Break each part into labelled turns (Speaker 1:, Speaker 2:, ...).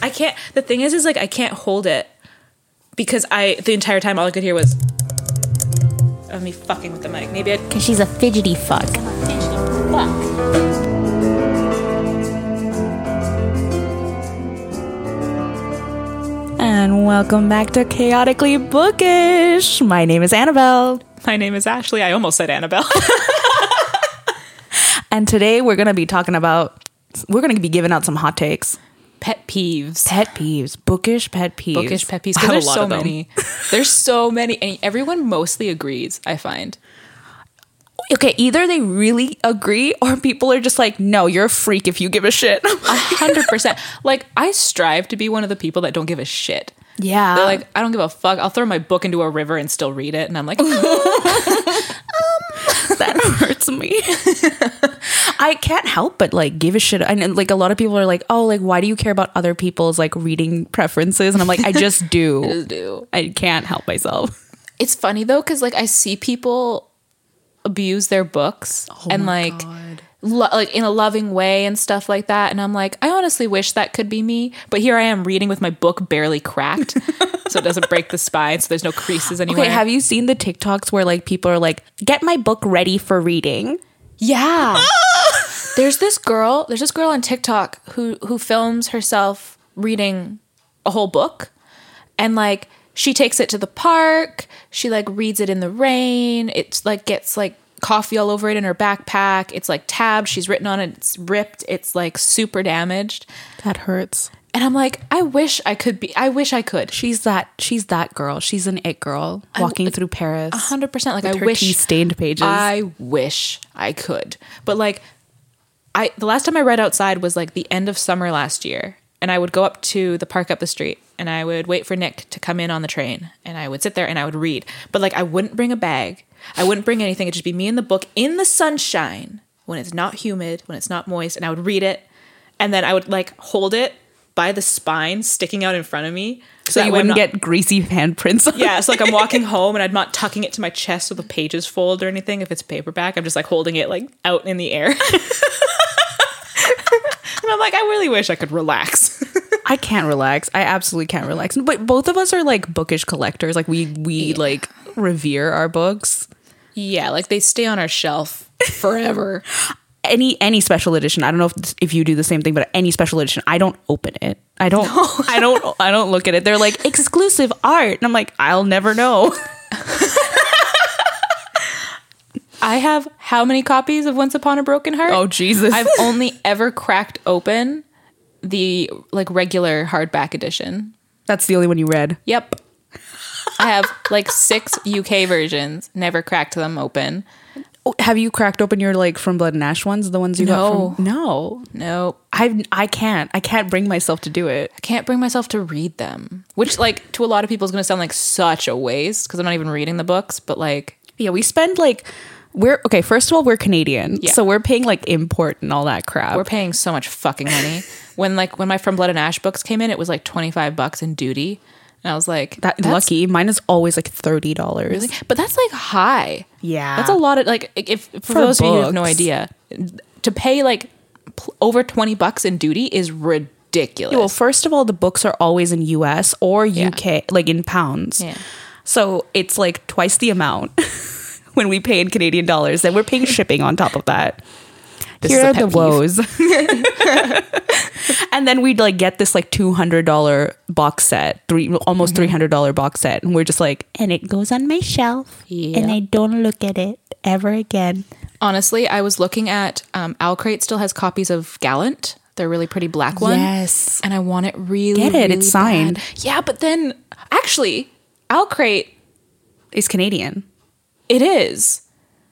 Speaker 1: I can't. The thing is, is like I can't hold it because I the entire time all I could hear was of me fucking with the mic. Maybe I
Speaker 2: Because she's a fidgety fuck. And welcome back to Chaotically Bookish. My name is Annabelle.
Speaker 1: my name is Ashley. I almost said Annabelle.
Speaker 2: And today we're going to be talking about, we're going to be giving out some hot takes.
Speaker 1: Pet peeves.
Speaker 2: Pet peeves, bookish pet peeves.
Speaker 1: Bookish pet peeves.
Speaker 2: I
Speaker 1: 'cause
Speaker 2: have a
Speaker 1: There's
Speaker 2: lot
Speaker 1: so
Speaker 2: of them.
Speaker 1: many. There's so many, and everyone mostly agrees. I find.
Speaker 2: Okay, either they really agree or people are just like, no, you're a freak if you give a shit.
Speaker 1: A hundred percent. Like I strive to be one of the people that don't give a shit.
Speaker 2: yeah.
Speaker 1: They're like, I don't give a fuck. I'll throw my book into a river and still read it. And I'm like,
Speaker 2: that hurts me. I can't help but like give a shit. And like a lot of people are like, oh, like why do you care about other people's like reading preferences? And I'm like, I just do.
Speaker 1: do.
Speaker 2: I can't help myself.
Speaker 1: It's funny though, because like I see people abuse their books
Speaker 2: Oh
Speaker 1: and like, lo- like in a loving way and stuff like that. And I'm like, I honestly wish that could be me, but here I am reading with my book barely cracked, so it doesn't break the spine, so there's no creases anywhere.
Speaker 2: Okay, have you seen the TikToks where like people are like, get my book ready for reading?
Speaker 1: yeah. there's this girl. There's this girl on TikTok who who films herself reading a whole book, and like she takes it to the park. She like reads it in the rain. It's like gets like coffee all over it in her backpack. It's like tabbed. She's written on it. It's ripped. It's like super damaged.
Speaker 2: That hurts.
Speaker 1: And I'm like, I wish I could be. I wish I could.
Speaker 2: She's that she's that girl. She's an it girl walking through Paris.
Speaker 1: Hundred percent. Like I
Speaker 2: her
Speaker 1: wish
Speaker 2: tea stained pages.
Speaker 1: I wish I could. But like I the last time I read outside was like the end of summer last year. And I would go up to the park up the street and I would wait for Nick to come in on the train and I would sit there and I would read. But like I wouldn't bring a bag. I wouldn't bring anything. It'd just be me and the book in the sunshine when it's not humid, when it's not moist, and I would read it. And then I would like hold it by the spine sticking out in front of me.
Speaker 2: so
Speaker 1: that
Speaker 2: you
Speaker 1: way I'm
Speaker 2: wouldn't
Speaker 1: not-
Speaker 2: get greasy handprints. on
Speaker 1: yeah, it's like I'm walking home and I'm not tucking it to my chest so the pages fold or anything. If it's paperback, I'm just like holding it like out in the air. and I'm like, I really wish I could relax.
Speaker 2: I can't relax. I absolutely can't relax. But both of us are like bookish collectors. Like we we like revere our books.
Speaker 1: yeah, like they stay on our shelf forever.
Speaker 2: Any any special edition. I don't know if if you do the same thing, but any special edition, I don't open it. I don't I don't I don't look at it. They're like exclusive art. And I'm like, I'll never know.
Speaker 1: I have how many copies of Once Upon a Broken Heart?
Speaker 2: Oh Jesus.
Speaker 1: I've only ever cracked open the like regular hardback edition.
Speaker 2: That's the only one you read.
Speaker 1: Yep. I have like six UK versions, never cracked them open.
Speaker 2: Oh, Have you cracked open your like from Blood and Ash ones? The ones you
Speaker 1: No.
Speaker 2: got from No.
Speaker 1: Nope.
Speaker 2: I I can't. I can't bring myself to do it.
Speaker 1: can't bring myself to read them, which like to a lot of people is going to sound like such a waste because I'm not even reading the books. But like,
Speaker 2: Yeah, we spend like we're okay. First of all, we're Canadian,
Speaker 1: Yeah.
Speaker 2: so we're paying like import and all that crap.
Speaker 1: we're paying so much fucking money. when like when my From Blood and Ash books came in, it was like 25 bucks in duty, and I was like,
Speaker 2: that
Speaker 1: that's
Speaker 2: lucky. Mine is always like thirty dollars.
Speaker 1: really- but that's like high.
Speaker 2: Yeah.
Speaker 1: that's a lot of like if for,
Speaker 2: For
Speaker 1: those of you who have no
Speaker 2: books.
Speaker 1: idea, to pay like pl- over 20 bucks in duty is ridiculous.
Speaker 2: Well, first of all, the books are always in U.S. or U.K. like in pounds.
Speaker 1: Yeah.
Speaker 2: So it's like twice the amount when we pay in Canadian dollars. Then we're paying shipping on top of that.
Speaker 1: This is
Speaker 2: Here
Speaker 1: a
Speaker 2: are
Speaker 1: pet
Speaker 2: the
Speaker 1: peeve.
Speaker 2: woes. and then we'd like get this like two hundred dollar box set, three
Speaker 1: Mm-hmm.
Speaker 2: almost three hundred dollar box set, and we're just like, and it goes on my shelf, and I don't look at it ever again.
Speaker 1: Honestly, I was looking at um, Alcrate still has copies of Gallant. They're really pretty black one.
Speaker 2: Yes.
Speaker 1: and I want it really.
Speaker 2: Get it,
Speaker 1: really
Speaker 2: it's signed.
Speaker 1: bad. Yeah, but then actually, Alcrate
Speaker 2: It's Canadian,
Speaker 1: it is.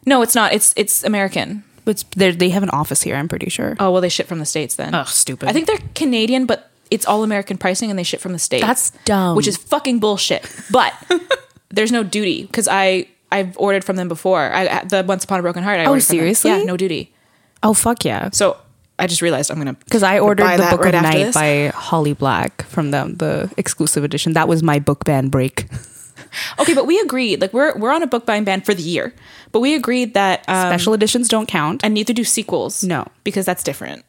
Speaker 1: No, it's not. It's it's American.
Speaker 2: but it's- they're- they have an office here. I'm pretty sure.
Speaker 1: Oh well, they ship from the states then.
Speaker 2: Ugh, stupid.
Speaker 1: I think they're Canadian, but it's all American pricing, and they ship from the states.
Speaker 2: That's dumb.
Speaker 1: which is fucking bullshit. But there's no duty because I I've ordered from them before. I the Once Upon a Broken Heart. I ordered from them.
Speaker 2: Oh, seriously?
Speaker 1: Yeah, no duty.
Speaker 2: oh fuck yeah.
Speaker 1: So I just realized I'm gonna
Speaker 2: Because I ordered
Speaker 1: buy
Speaker 2: the
Speaker 1: that
Speaker 2: Book
Speaker 1: right
Speaker 2: of
Speaker 1: after
Speaker 2: Night
Speaker 1: this.
Speaker 2: by Holly Black from them, the exclusive edition. That was my book ban break.
Speaker 1: Okay, but we agreed. Like we're we're on a book buying ban for the year, but we agreed that um,
Speaker 2: Special editions don't count.
Speaker 1: and neither do sequels.
Speaker 2: No.
Speaker 1: because that's different.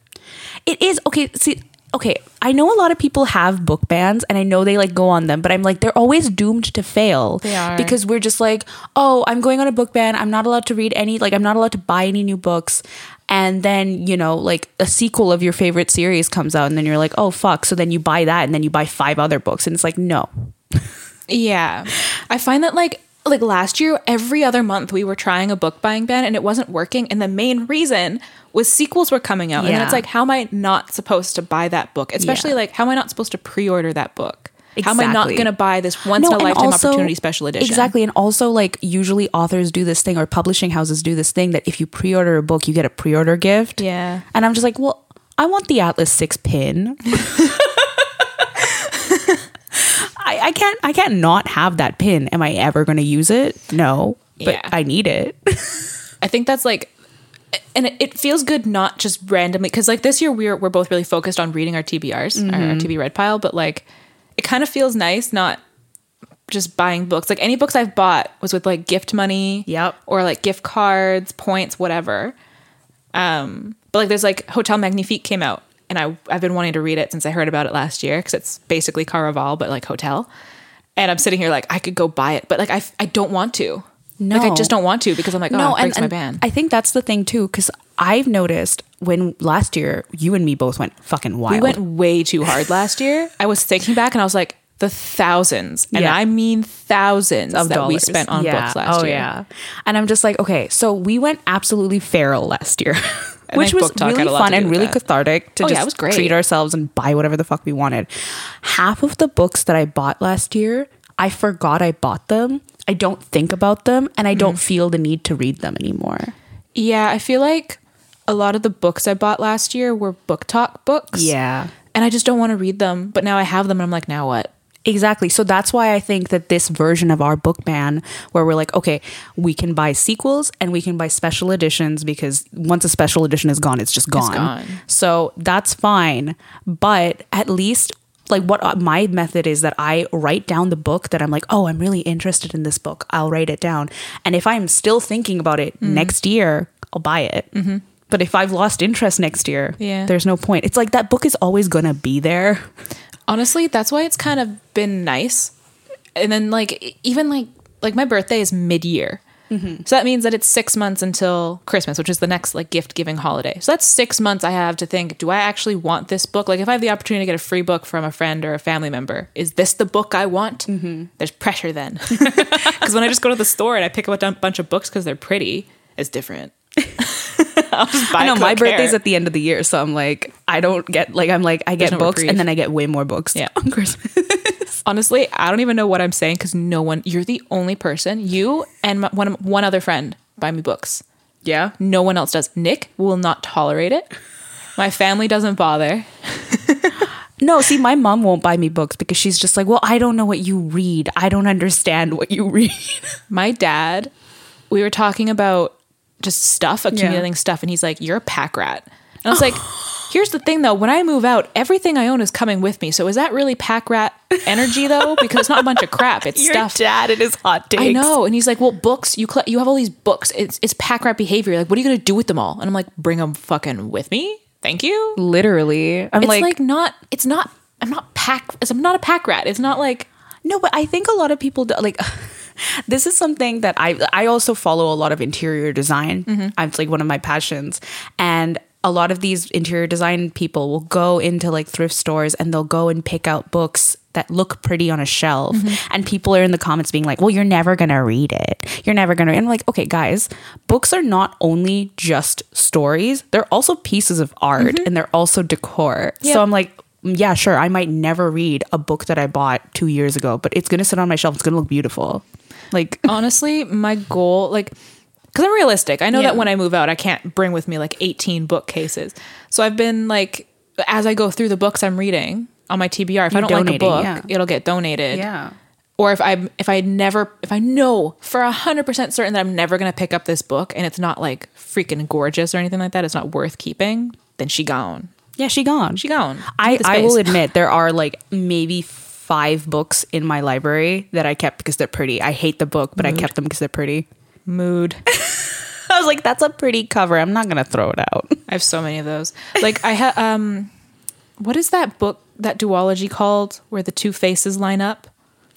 Speaker 2: It is okay. See, okay, I know a lot of people have book bans and I know they like go on them, but I'm like, they're always doomed to fail.
Speaker 1: They are.
Speaker 2: Because we're just like, oh, I'm going on a book ban. I'm not allowed to read any, like, I'm not allowed to buy any new books. And then, you know, like a sequel of your favorite series comes out and then you're like, oh, fuck. So then you buy that and then you buy five other books. And it's like, no.
Speaker 1: Yeah. I find that like like last year every other month we were trying a book buying ban and it wasn't working and the main reason was sequels were coming out and then
Speaker 2: Yeah.
Speaker 1: it's like how am I not supposed to buy that book? Especially
Speaker 2: Yeah.
Speaker 1: like how am I not supposed to pre-order that book? How am I not
Speaker 2: Exactly.
Speaker 1: going to buy this once in a
Speaker 2: and
Speaker 1: lifetime
Speaker 2: also-
Speaker 1: opportunity special edition?
Speaker 2: Exactly. And also, like, usually authors do this thing or publishing houses do this thing that if you pre order a book, you get a pre order gift.
Speaker 1: Yeah.
Speaker 2: And I'm just like, well, I want the Atlas six pin. I, I can't I can't not have that pin. Am I ever gonna use it? No. But
Speaker 1: Yeah. Oh,
Speaker 2: I need it.
Speaker 1: I think that's like, and it, it feels good not just randomly because like this year we're we're both really focused on reading our TBRs, our,
Speaker 2: Mm-hmm.
Speaker 1: our TB red pile, but like it kind of feels nice not just buying books. Like any books I've bought was with like gift money,
Speaker 2: Yep.
Speaker 1: or like gift cards, points, whatever. Um, but like there's like Hotel Magnifique came out, and I I've been wanting to read it since I heard about it last year because it's basically Caraval but like hotel. And I'm sitting here like I could go buy it, but like I, f- I don't want to. like I
Speaker 2: No.
Speaker 1: just don't want to because I'm like oh it breaks my ban.
Speaker 2: I think that's the thing too, because I've noticed when last year you and me both went fucking wild.
Speaker 1: We went way too hard last year. I was thinking back and I was like, the thousands, and
Speaker 2: Yeah.
Speaker 1: I mean thousands
Speaker 2: of
Speaker 1: that
Speaker 2: dollars
Speaker 1: we spent on
Speaker 2: Yeah.
Speaker 1: books last
Speaker 2: oh,
Speaker 1: year.
Speaker 2: yeah. And I'm just like, okay, so we went absolutely feral last year,
Speaker 1: And
Speaker 2: which
Speaker 1: I
Speaker 2: was
Speaker 1: book talk
Speaker 2: really
Speaker 1: had a lot
Speaker 2: fun
Speaker 1: to do
Speaker 2: and
Speaker 1: with
Speaker 2: really
Speaker 1: that.
Speaker 2: cathartic to
Speaker 1: Oh, yeah,
Speaker 2: just
Speaker 1: it was great.
Speaker 2: treat ourselves and buy whatever the fuck we wanted. Half of the books that I bought last year, I forgot I bought them. I don't think about them and I
Speaker 1: Mm-hmm.
Speaker 2: don't feel the need to read them anymore.
Speaker 1: Yeah, I feel like a lot of the books I bought last year were book talk books.
Speaker 2: Yeah.
Speaker 1: And I just don't want to read them, but now I have them and I'm like, now what?
Speaker 2: Exactly. So that's why I think that this version of our book ban, where we're like, okay, we can buy sequels and we can buy special editions because once a special edition is gone, it's just gone.
Speaker 1: gone.
Speaker 2: So that's fine. But at least, like, what uh, my method is that I write down the book that I'm like, oh, I'm really interested in this book. I'll write it down. And if I'm still thinking about it
Speaker 1: Mm-hmm.
Speaker 2: next year, I'll buy it. But if I've lost interest next year,
Speaker 1: Yeah.
Speaker 2: there's no point. It's like that book is always going to be there.
Speaker 1: Honestly, that's why it's kind of been nice. And then like e- even like like my birthday is mid year.
Speaker 2: Mm-hmm.
Speaker 1: So that means that it's six months until Christmas, which is the next like gift giving holiday. So that's six months I have to think, do I actually want this book? Like if I have the opportunity to get a free book from a friend or a family member, is this the book I want?
Speaker 2: Mm-hmm.
Speaker 1: There's pressure then. Because when I just go to the store and I pick up a dump- bunch of books because they're pretty, it's different. I'll just buy
Speaker 2: I know
Speaker 1: it 'cause
Speaker 2: my
Speaker 1: I care.
Speaker 2: birthday's at the end of the year, so I'm like, I don't get like I'm like I get
Speaker 1: no
Speaker 2: books
Speaker 1: reprieve.
Speaker 2: and then I get way more books
Speaker 1: Yeah.
Speaker 2: on Christmas.
Speaker 1: Honestly, I don't even know what I'm saying because no one. You're the only person. You and my, one one other friend buy me books.
Speaker 2: Yeah.
Speaker 1: No one else does. Nick will not tolerate it. My family doesn't bother.
Speaker 2: No, see, my mom won't buy me books because she's just like, well, I don't know what you read. I don't understand what you read.
Speaker 1: My dad. We were talking about just stuff, accumulating stuff, and he's like, "You're a pack rat." And I was like, "Here's the thing, though. When I move out, everything I own is coming with me. So is that really pack rat energy, though? Because it's not a bunch of crap. It's stuff.
Speaker 2: dad and his hot takes.
Speaker 1: I know. And he's like, well, books, you cl- you have all these books. It's, it's pack rat behavior. Like, what are you going to do with them all? And I'm like, bring them fucking with me. Thank you.
Speaker 2: Literally, I'm
Speaker 1: It's
Speaker 2: like,
Speaker 1: like, not, it's not, I'm not pack, it's- I'm not a pack rat. It's not like,
Speaker 2: no, but I think a lot of people do, like. This is something that I I also follow a lot of interior design. I'm It's like one of my passions, and a lot of these interior design people will go into like thrift stores and they'll go and pick out books that look pretty on a shelf. And people are in the comments being like, "Well, you're never gonna read it. You're never gonna." And I'm like, "Okay, guys, books are not only just stories. They're also pieces of art, and they're also decor. So I'm like." Yeah, sure. I might never read a book that I bought two years ago, but it's going to sit on my shelf. It's going to look beautiful. Like,
Speaker 1: honestly, my goal, like, because I'm realistic. I know
Speaker 2: Yeah.
Speaker 1: that when I move out, I can't bring with me like 18 bookcases. So I've been like, as I go through the books I'm reading on my TBR, if I
Speaker 2: You're
Speaker 1: don't like a
Speaker 2: donating,
Speaker 1: book,
Speaker 2: yeah.
Speaker 1: it'll get donated.
Speaker 2: yeah.
Speaker 1: or if I'm if I never if I know for a hundred percent certain that I'm never gonna pick up this book and it's not like freaking gorgeous or anything like that, it's not worth keeping, then she gone.
Speaker 2: Yeah, she gone.
Speaker 1: She gone.
Speaker 2: I,
Speaker 1: Need the
Speaker 2: I will
Speaker 1: space.
Speaker 2: admit there are like maybe five books in my library that I kept because they're pretty. I hate the book, but I kept them because they're pretty.
Speaker 1: mood.
Speaker 2: I was like, that's a pretty cover. I'm not gonna throw it out.
Speaker 1: I have so many of those. Like I had um what is that book that duology called where the two faces line up?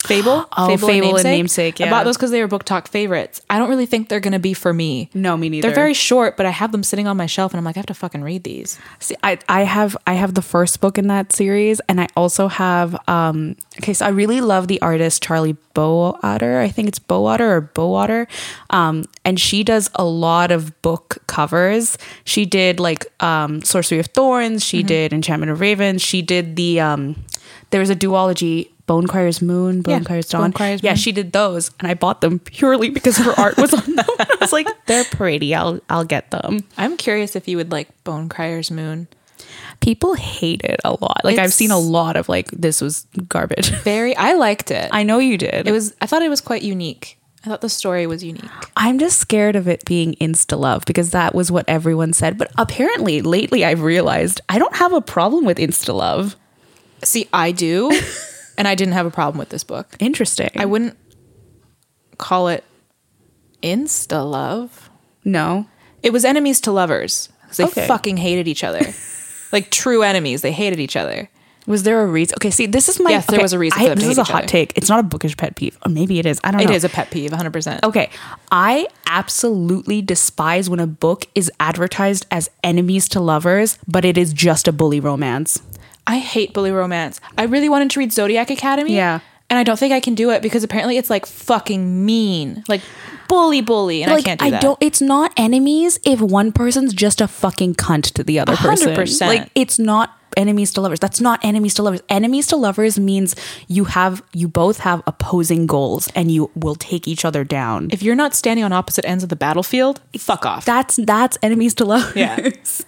Speaker 1: Fable,
Speaker 2: Oh, Fable and Namesake,
Speaker 1: I
Speaker 2: yeah.
Speaker 1: bought those because they were book talk favorites. I don't really think they're gonna be for me.
Speaker 2: No, me neither.
Speaker 1: They're very short, but I have them sitting on my shelf, and I'm like, I have to fucking read these.
Speaker 2: See, I, I have I have the first book in that series, and I also have um okay, so I really love the artist Charlie Bowater. I think it's Bowater or Bowater. Um, and she does a lot of book covers. She did like um Sorcery of Thorns, she did Enchantment of Ravens, she did the um there was a duology Bone Crier's Moon, Bone
Speaker 1: Yeah,
Speaker 2: Crier's
Speaker 1: Bone
Speaker 2: Dawn.
Speaker 1: Crier's
Speaker 2: yeah,
Speaker 1: Moon.
Speaker 2: she did those, and I bought them purely because her art was on them. I was like, they're pretty. I'll I'll get them
Speaker 1: I'm curious if you would like Bone Crier's Moon.
Speaker 2: people hate it a lot. Like I've
Speaker 1: It's-
Speaker 2: seen a lot of like this was garbage.
Speaker 1: Very, I liked it.
Speaker 2: I know you did.
Speaker 1: it was. I thought it was quite unique. I thought the story was unique.
Speaker 2: I'm just scared of it being insta love because that was what everyone said. But apparently lately I've realized I don't have a problem with insta love.
Speaker 1: See, I do, and I didn't have a problem with this book.
Speaker 2: Interesting.
Speaker 1: I wouldn't call it insta love.
Speaker 2: no.
Speaker 1: It was enemies to lovers 'cause they
Speaker 2: Okay.
Speaker 1: fucking hated each other, like true enemies. They hated each other.
Speaker 2: Was there a reason? Okay, see, this is my
Speaker 1: Yes, there
Speaker 2: okay,
Speaker 1: was a reason
Speaker 2: I,
Speaker 1: for them to
Speaker 2: this is
Speaker 1: hate
Speaker 2: a
Speaker 1: each
Speaker 2: hot
Speaker 1: other.
Speaker 2: take. It's not a bookish pet peeve, or maybe it is. I don't
Speaker 1: It
Speaker 2: know. Oh.
Speaker 1: is a pet peeve, 100. percent
Speaker 2: Okay, I absolutely despise when a book is advertised as enemies to lovers, but it is just a bully romance.
Speaker 1: I hate bully romance. I really wanted to read Zodiac Academy.
Speaker 2: Yeah.
Speaker 1: And I don't think I can do it because apparently it's like fucking mean, like bully, bully, and
Speaker 2: like,
Speaker 1: I can't do that.
Speaker 2: don't. It's not enemies if one person's just a fucking cunt to the other person.
Speaker 1: 100%.
Speaker 2: Like it's not enemies to lovers. That's not enemies to lovers. Enemies to lovers means you have you both have opposing goals and you will take each other down.
Speaker 1: If you're not standing on opposite ends of the battlefield, fuck off.
Speaker 2: that's that's enemies to lovers.
Speaker 1: yeah.
Speaker 2: It's-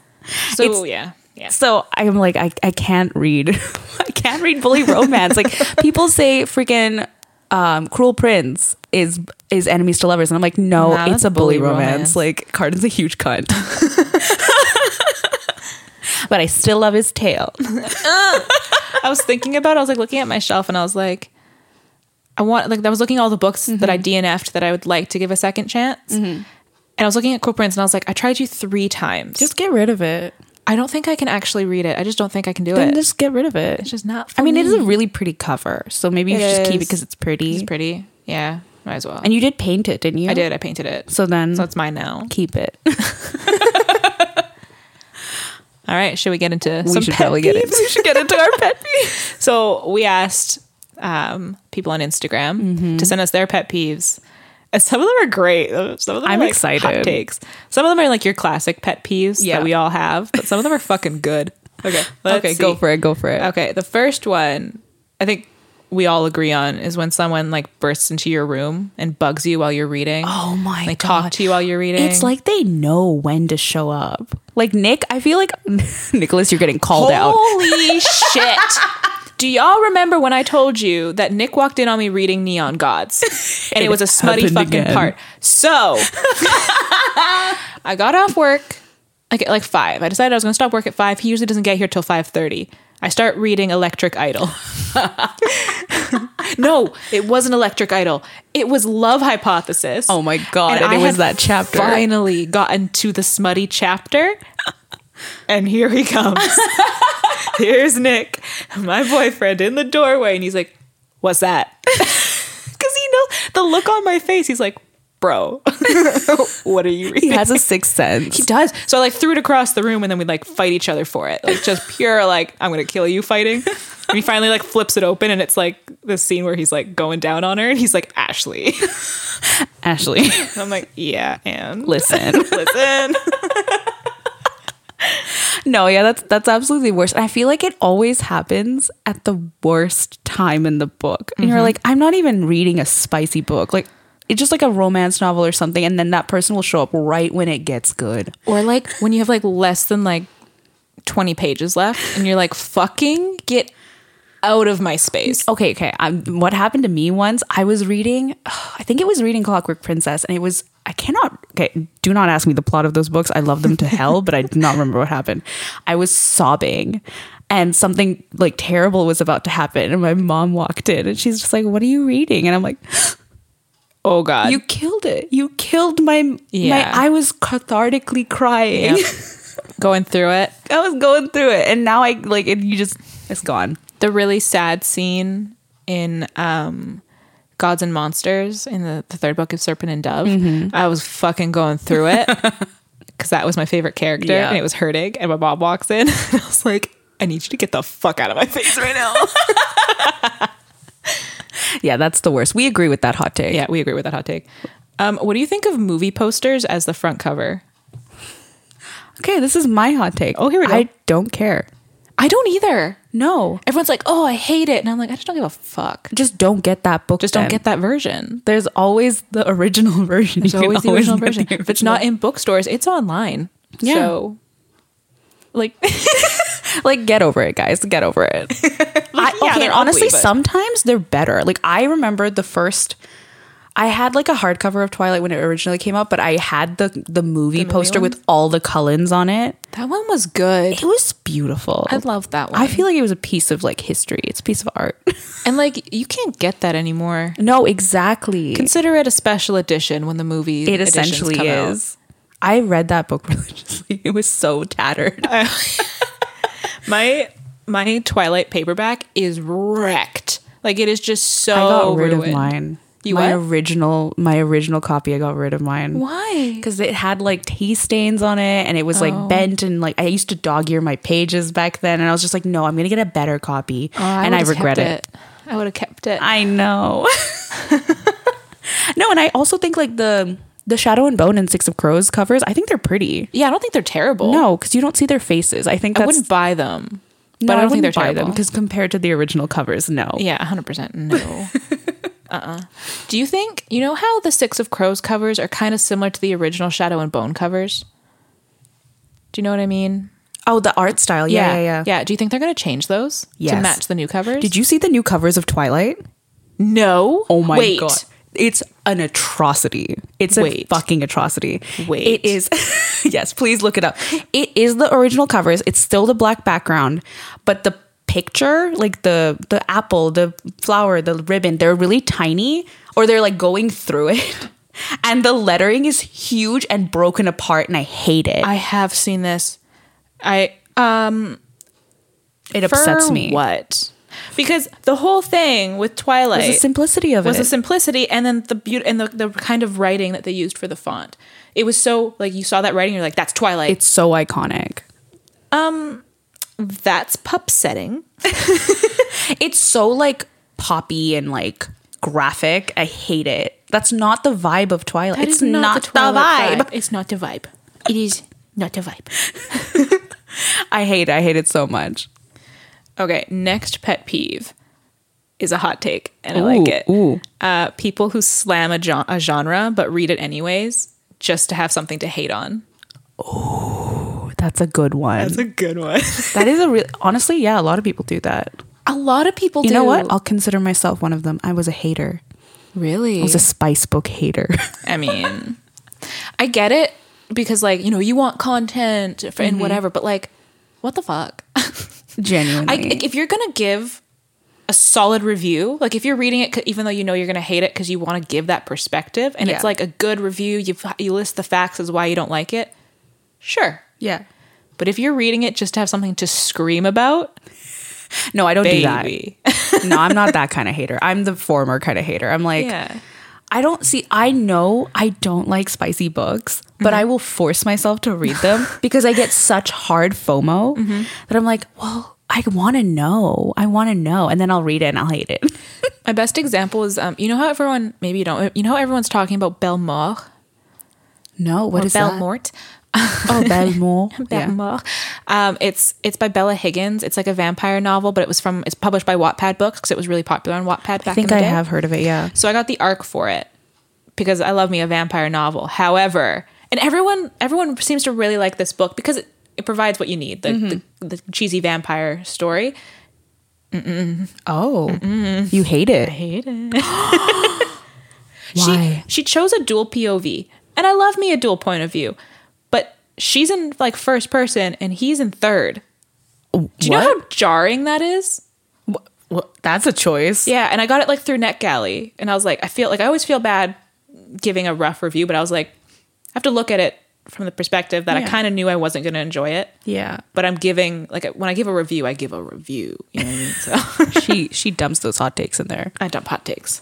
Speaker 1: So yeah, yeah.
Speaker 2: So I'm like I I can't read. I can't read bully romance. like people say freaking um cruel prince is is enemies to lovers and I'm like no,
Speaker 1: Nah,
Speaker 2: it's
Speaker 1: that's
Speaker 2: a bully,
Speaker 1: bully
Speaker 2: romance.
Speaker 1: romance.
Speaker 2: Like Cardin's a huge cunt. but I still love his tail.
Speaker 1: I was thinking about. it. I was like looking at my shelf, and I was like, I want like I was looking at all the books that
Speaker 2: Mm-hmm.
Speaker 1: I DNF'd that I would like to give a second chance. And I was looking at Cool Prince, and I was like, I tried you three times.
Speaker 2: get rid of it.
Speaker 1: I don't think I can actually read it. I just don't think I can do
Speaker 2: Then
Speaker 1: it.
Speaker 2: just get rid of it.
Speaker 1: It's just not.
Speaker 2: I mean, it is
Speaker 1: for
Speaker 2: a really pretty cover, so maybe you
Speaker 1: It
Speaker 2: should just keep it
Speaker 1: is.
Speaker 2: because it's pretty.
Speaker 1: It's pretty. Yeah, might as well.
Speaker 2: And you did paint it, didn't you? Mm-hmm.
Speaker 1: I did. I painted it. So,
Speaker 2: So then
Speaker 1: it's mine now.
Speaker 2: keep it.
Speaker 1: All right. Should we get into some pet peeves?
Speaker 2: We should get into our pet peeves.
Speaker 1: So we asked um, people on Instagram
Speaker 2: Mm-hmm.
Speaker 1: to send us their pet peeves. And some of them are great. Some of them
Speaker 2: I'm
Speaker 1: are like
Speaker 2: excited.
Speaker 1: hot takes. Some of them are like your classic pet peeves
Speaker 2: Yeah.
Speaker 1: that we all have, but some of them are fucking good. Okay.
Speaker 2: okay, go for it. Go for it.
Speaker 1: Okay, the first one I think we all agree on is when someone like bursts into your room and bugs you while you're reading.
Speaker 2: Oh my
Speaker 1: Like
Speaker 2: God.
Speaker 1: talk to you while you're reading.
Speaker 2: It's like they know when to show up. Like Nick, I feel like Nicholas, you're getting called out.
Speaker 1: Holy shit. Do y'all remember when I told you that Nick walked in on me reading Neon Gods? And it,
Speaker 2: It
Speaker 1: was a smutty
Speaker 2: happened
Speaker 1: fucking
Speaker 2: again.
Speaker 1: part. So I got off work like at like five. I decided I was gonna stop work at five. He usually doesn't get here till five thirty. I start reading Electric Idol. no, it wasn't Electric Idol. It was Love Hypothesis.
Speaker 2: Oh my God, and it
Speaker 1: I had
Speaker 2: was that chapter.
Speaker 1: Finally gotten to the smutty chapter. And here he comes. Here's Nick, my boyfriend, in the doorway, and he's like, "What's that?" Because he knows the look on my face. He's like, "Bro, what are you
Speaker 2: He
Speaker 1: reading?"
Speaker 2: has a sixth sense.
Speaker 1: He does. So I like threw it across the room, and then we'd like fight each other for it, like just pure like I'm gonna kill you fighting. And he finally like flips it open, and it's like this scene where he's like going down on her, and he's like Ashley.
Speaker 2: Ashley,
Speaker 1: And I'm like, yeah, and
Speaker 2: listen.
Speaker 1: listen.
Speaker 2: no, yeah, that's that's absolutely worse. And I feel like it always happens at the worst time in the book. And you're like, I'm not even reading a spicy book. Like it's just like a romance novel or something, and then that person will show up right when it gets good.
Speaker 1: Or like when you have like less than like 20 pages left and you're like, fucking get out of my space.
Speaker 2: okay, okay. Um, what happened to me once? I was reading, I think it was reading Clockwork Princess, and it was I cannot. Okay, do not ask me the plot of those books. I love them to hell, but I do not remember what happened. I was sobbing, and something like terrible was about to happen, and my mom walked in, and she's just like, "What are you reading?" And I'm like,
Speaker 1: Oh God.
Speaker 2: "You killed it. You killed my
Speaker 1: Yeah.
Speaker 2: my. I was cathartically crying."
Speaker 1: going through it.
Speaker 2: I was going through it, and now I like it. You just it's gone.
Speaker 1: The really sad scene in um, Gods and Monsters in the, the third book of Serpent and Dove. I was fucking going through it because that was my favorite character
Speaker 2: Yeah.
Speaker 1: and it was hurting. And my mom walks in. And I was like, I need you to get the fuck out of my face right now.
Speaker 2: Yeah, that's the worst. We agree with that hot take.
Speaker 1: yeah, we agree with that hot take. Um, what do you think of movie posters as the front cover?
Speaker 2: Okay, this is my hot take.
Speaker 1: Oh, here we go.
Speaker 2: I don't care.
Speaker 1: I don't either.
Speaker 2: No,
Speaker 1: Everyone's like, oh, I hate it. And I'm like, I just don't give a fuck.
Speaker 2: just don't get that book.
Speaker 1: Just don't
Speaker 2: then.
Speaker 1: get that version.
Speaker 2: There's always the original version.
Speaker 1: It's always the original version. If it's not in bookstores, it's online.
Speaker 2: Yeah.
Speaker 1: So, like,
Speaker 2: like get over it, guys. Get over it. I,
Speaker 1: yeah,
Speaker 2: okay,
Speaker 1: they're
Speaker 2: and honestly,
Speaker 1: ugly, but-
Speaker 2: sometimes they're better. Like I remember the first. I had like a hardcover of Twilight when it originally came out, but I had the the movie poster with all the Cullens on it.
Speaker 1: that one was good.
Speaker 2: It was beautiful.
Speaker 1: I love that one.
Speaker 2: I feel like it was a piece of like history. It's a piece of art.
Speaker 1: and like, you can't get that anymore.
Speaker 2: no, exactly.
Speaker 1: Consider it a special edition when the movie
Speaker 2: it
Speaker 1: editions
Speaker 2: essentially
Speaker 1: come out.
Speaker 2: is. I read that book religiously. It was so tattered.
Speaker 1: My my Twilight paperback is wrecked. Like it is just so.
Speaker 2: I got rid
Speaker 1: ruined.
Speaker 2: of mine.
Speaker 1: You
Speaker 2: my
Speaker 1: what?
Speaker 2: original my original copy. I got rid of mine.
Speaker 1: Why?
Speaker 2: because it had like tea stains on it and it was like bent and like I used to dog ear my pages back then and I was just like, no, I'm gonna get a better copy
Speaker 1: Oh,
Speaker 2: and I
Speaker 1: would've
Speaker 2: regret
Speaker 1: kept
Speaker 2: it.
Speaker 1: I would have kept it.
Speaker 2: I know. no, and I also think like the the Shadow and Bone and Six of Crows covers. I think they're pretty.
Speaker 1: yeah, I don't think they're terrible.
Speaker 2: No, because you don't see their faces. I think
Speaker 1: I
Speaker 2: that's,
Speaker 1: wouldn't buy them.
Speaker 2: no,
Speaker 1: but I
Speaker 2: I
Speaker 1: don't think
Speaker 2: wouldn't
Speaker 1: they're
Speaker 2: buy
Speaker 1: terrible.
Speaker 2: them because compared to the original covers, no.
Speaker 1: Yeah, 100% no. uh-uh. Do you think, you know how the Six of Crows covers are kind of similar to the original Shadow and Bone covers? Do you know what I mean?
Speaker 2: Oh, the art style. Yeah, yeah, yeah.
Speaker 1: do you think they're going to change those to
Speaker 2: Yes.
Speaker 1: match the new covers?
Speaker 2: Did you see the new covers of Twilight?
Speaker 1: No.
Speaker 2: Oh my
Speaker 1: Wait.
Speaker 2: god. It's an atrocity. It's
Speaker 1: Wait.
Speaker 2: a fucking atrocity.
Speaker 1: Wait.
Speaker 2: It is Yes, please look it up. It is the original covers. It's still the black background, but the picture, like the the apple, the flower, the ribbon, they're really tiny or they're like going through it. And the lettering is huge and broken apart and I hate it.
Speaker 1: I have seen this. I um,
Speaker 2: it upsets
Speaker 1: for
Speaker 2: me.
Speaker 1: What? Because the whole thing with Twilight
Speaker 2: The simplicity of
Speaker 1: was
Speaker 2: it.
Speaker 1: the simplicity and then the beauty and the, the kind of writing that they used for the font. It was so like you saw that writing, you're like, that's Twilight.
Speaker 2: it's so iconic.
Speaker 1: that's pup setting.
Speaker 2: It's so like poppy and like graphic. I hate it. That's not the vibe of Twilight. it's not, the, vibe.
Speaker 1: It's not the vibe. It is not the vibe.
Speaker 2: I hate. it. I hate it so much.
Speaker 1: Okay, next pet peeve is a hot take, and I like
Speaker 2: Ooh,
Speaker 1: it.
Speaker 2: ooh.
Speaker 1: Uh, people who slam a, gen- a genre but read it anyways just to have something to hate on.
Speaker 2: That's a good one.
Speaker 1: a good one.
Speaker 2: that is a real. Honestly, yeah, a lot of people do that.
Speaker 1: a lot of people
Speaker 2: You
Speaker 1: do.
Speaker 2: know what? I'll consider myself one of them. I was a hater.
Speaker 1: really?
Speaker 2: I was a spice book hater.
Speaker 1: I mean, I get it because, like, you know, you want content for,
Speaker 2: Mm-hmm.
Speaker 1: and whatever, but like, what the fuck? I,
Speaker 2: Genuinely,
Speaker 1: if you're gonna give a solid review, like if you're reading it, c- even though you know you're gonna hate it because you want to give that perspective, and it's
Speaker 2: Yeah.
Speaker 1: like a good review, you you list the facts as why you don't like it. Sure,
Speaker 2: yeah.
Speaker 1: but if you're reading it just to have something to scream about,
Speaker 2: No, I don't
Speaker 1: baby,
Speaker 2: do that. No, I'm not that kind of hater. I'm the former kind of hater. I'm like,
Speaker 1: yeah,
Speaker 2: I don't see, I know I don't like spicy books,
Speaker 1: Mm-hmm.
Speaker 2: but I will force myself to read them because I get such hard FOMO
Speaker 1: Mm-hmm.
Speaker 2: that I'm like, well, I want to know. I want to know. And then I'll read it and I'll hate it.
Speaker 1: my best example is um, you know how everyone maybe you don't you know how everyone's talking about Belmore
Speaker 2: No, what
Speaker 1: or
Speaker 2: is that?
Speaker 1: Belmort.
Speaker 2: Oh, Belmore. yeah.
Speaker 1: Belmore. Um, it's it's by Bella Higgins. It's like a vampire novel, but it was from it's published by Wattpad Books because it was really popular on Wattpad back
Speaker 2: I think
Speaker 1: in
Speaker 2: I
Speaker 1: the day.
Speaker 2: have heard of it. Yeah.
Speaker 1: So I got the arc for it because I love me a vampire novel. However, and everyone everyone seems to really like this book because it, it provides what you need the,
Speaker 2: Mm-hmm.
Speaker 1: the the cheesy vampire story.
Speaker 2: Oh, you hate it.
Speaker 1: Hate it. She
Speaker 2: Why?
Speaker 1: she chose a dual POV, and I love me a dual point of view, but she's in like first person and he's in third. Do you know how jarring that is?
Speaker 2: Well, that's a choice.
Speaker 1: Yeah, and I got it like through NetGalley, and I was like, I feel like I always feel bad giving a rough review, but I was like, I have to look at it from the perspective that I
Speaker 2: Yeah.
Speaker 1: kind of knew I wasn't going to enjoy it.
Speaker 2: Yeah.
Speaker 1: But I'm giving like when I give a review, I give a review. You know what I mean? So
Speaker 2: she she dumps those hot takes in there.
Speaker 1: I dump hot takes,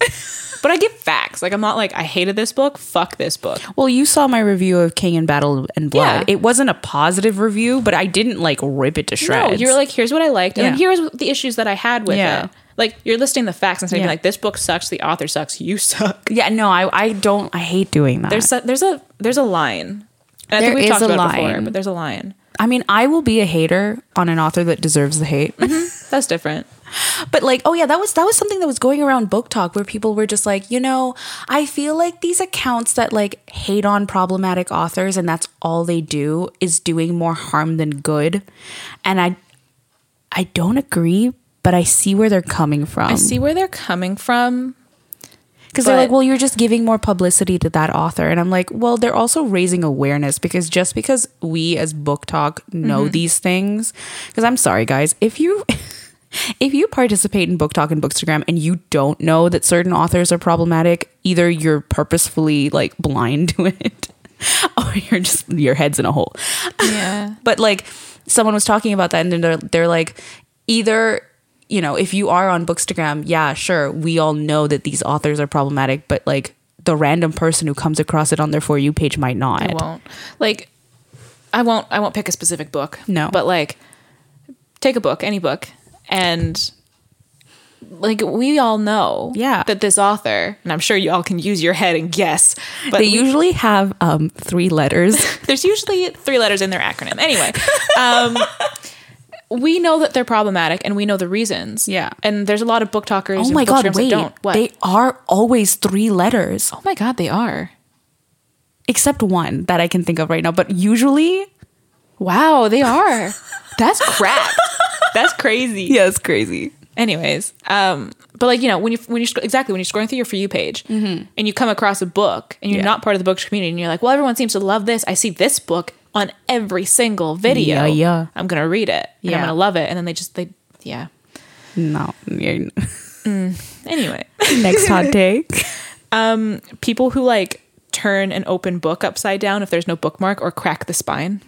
Speaker 1: but I give facts. Like I'm not like I hated this book. Fuck this book.
Speaker 2: Well, you saw my review of King in Battle and Blood.
Speaker 1: Yeah.
Speaker 2: It wasn't a positive review, but I didn't like rip it to shreds.
Speaker 1: No, you were like, here's what I liked, and then
Speaker 2: Yeah.
Speaker 1: here's the issues that I had with
Speaker 2: Yeah.
Speaker 1: it. Like you're listing the facts instead of being
Speaker 2: Yeah.
Speaker 1: like, this book sucks, the author sucks, you suck.
Speaker 2: yeah, no, I I don't. I hate doing that.
Speaker 1: There's a, there's a there's a line. And I think
Speaker 2: There
Speaker 1: we've
Speaker 2: is
Speaker 1: talked
Speaker 2: a
Speaker 1: about it before,
Speaker 2: line.
Speaker 1: but there's a line.
Speaker 2: I mean, I will be a hater on an author that deserves the hate.
Speaker 1: Mm-hmm. That's different.
Speaker 2: but like, oh yeah, that was that was something that was going around book talk where people were just like, you know, I feel like these accounts that like hate on problematic authors and that's all they do is doing more harm than good. And I I don't agree, but I see where they're coming from.
Speaker 1: I see where they're coming from.
Speaker 2: Because they're
Speaker 1: But-
Speaker 2: like, well, you're just giving more publicity to that author. And I'm like, well, they're also raising awareness because just because we as Book Talk know these things, because I'm sorry, guys, if you. If you participate in Book Talk and Bookstagram and you don't know that certain authors are problematic, either you're purposefully like blind to it or you're just your head's in a hole
Speaker 1: Yeah.
Speaker 2: but like someone was talking about that and then they're, they're like either you know if you are on bookstagram yeah sure we all know that these authors are problematic but like the random person who comes across it on their for you page might not
Speaker 1: I won't. Like I won't I won't pick a specific book.
Speaker 2: No.
Speaker 1: But like take a book, any book, and like we all know
Speaker 2: Yeah.
Speaker 1: that this author, and I'm sure you all can use your head and guess, but
Speaker 2: they
Speaker 1: we-
Speaker 2: usually have um three letters
Speaker 1: there's usually three letters in their acronym. Anyway, um, we know that they're problematic and we know the reasons.
Speaker 2: Yeah.
Speaker 1: And there's a lot of book talkers
Speaker 2: oh
Speaker 1: and
Speaker 2: my
Speaker 1: book
Speaker 2: god
Speaker 1: streams
Speaker 2: wait
Speaker 1: that don't. What?
Speaker 2: they are always three letters
Speaker 1: oh my God, they are.
Speaker 2: except one that i can think of right now but usually
Speaker 1: Wow, they are. That's crap. That's crazy.
Speaker 2: yeah it's crazy
Speaker 1: Anyways, um, but like you know when you when you sc- exactly when you're scrolling through your for you page and you come across a book and you're
Speaker 2: Mm-hmm. Yeah.
Speaker 1: not part of the book community and you're like, well, everyone seems to love this. I see this book on every single video.
Speaker 2: Yeah, yeah.
Speaker 1: I'm gonna read it. and I'm
Speaker 2: Yeah.
Speaker 1: gonna love it. And then they just they yeah.
Speaker 2: no you're-
Speaker 1: Anyway,
Speaker 2: next hot take
Speaker 1: people who like turn an open book upside down if there's no bookmark or crack the spine.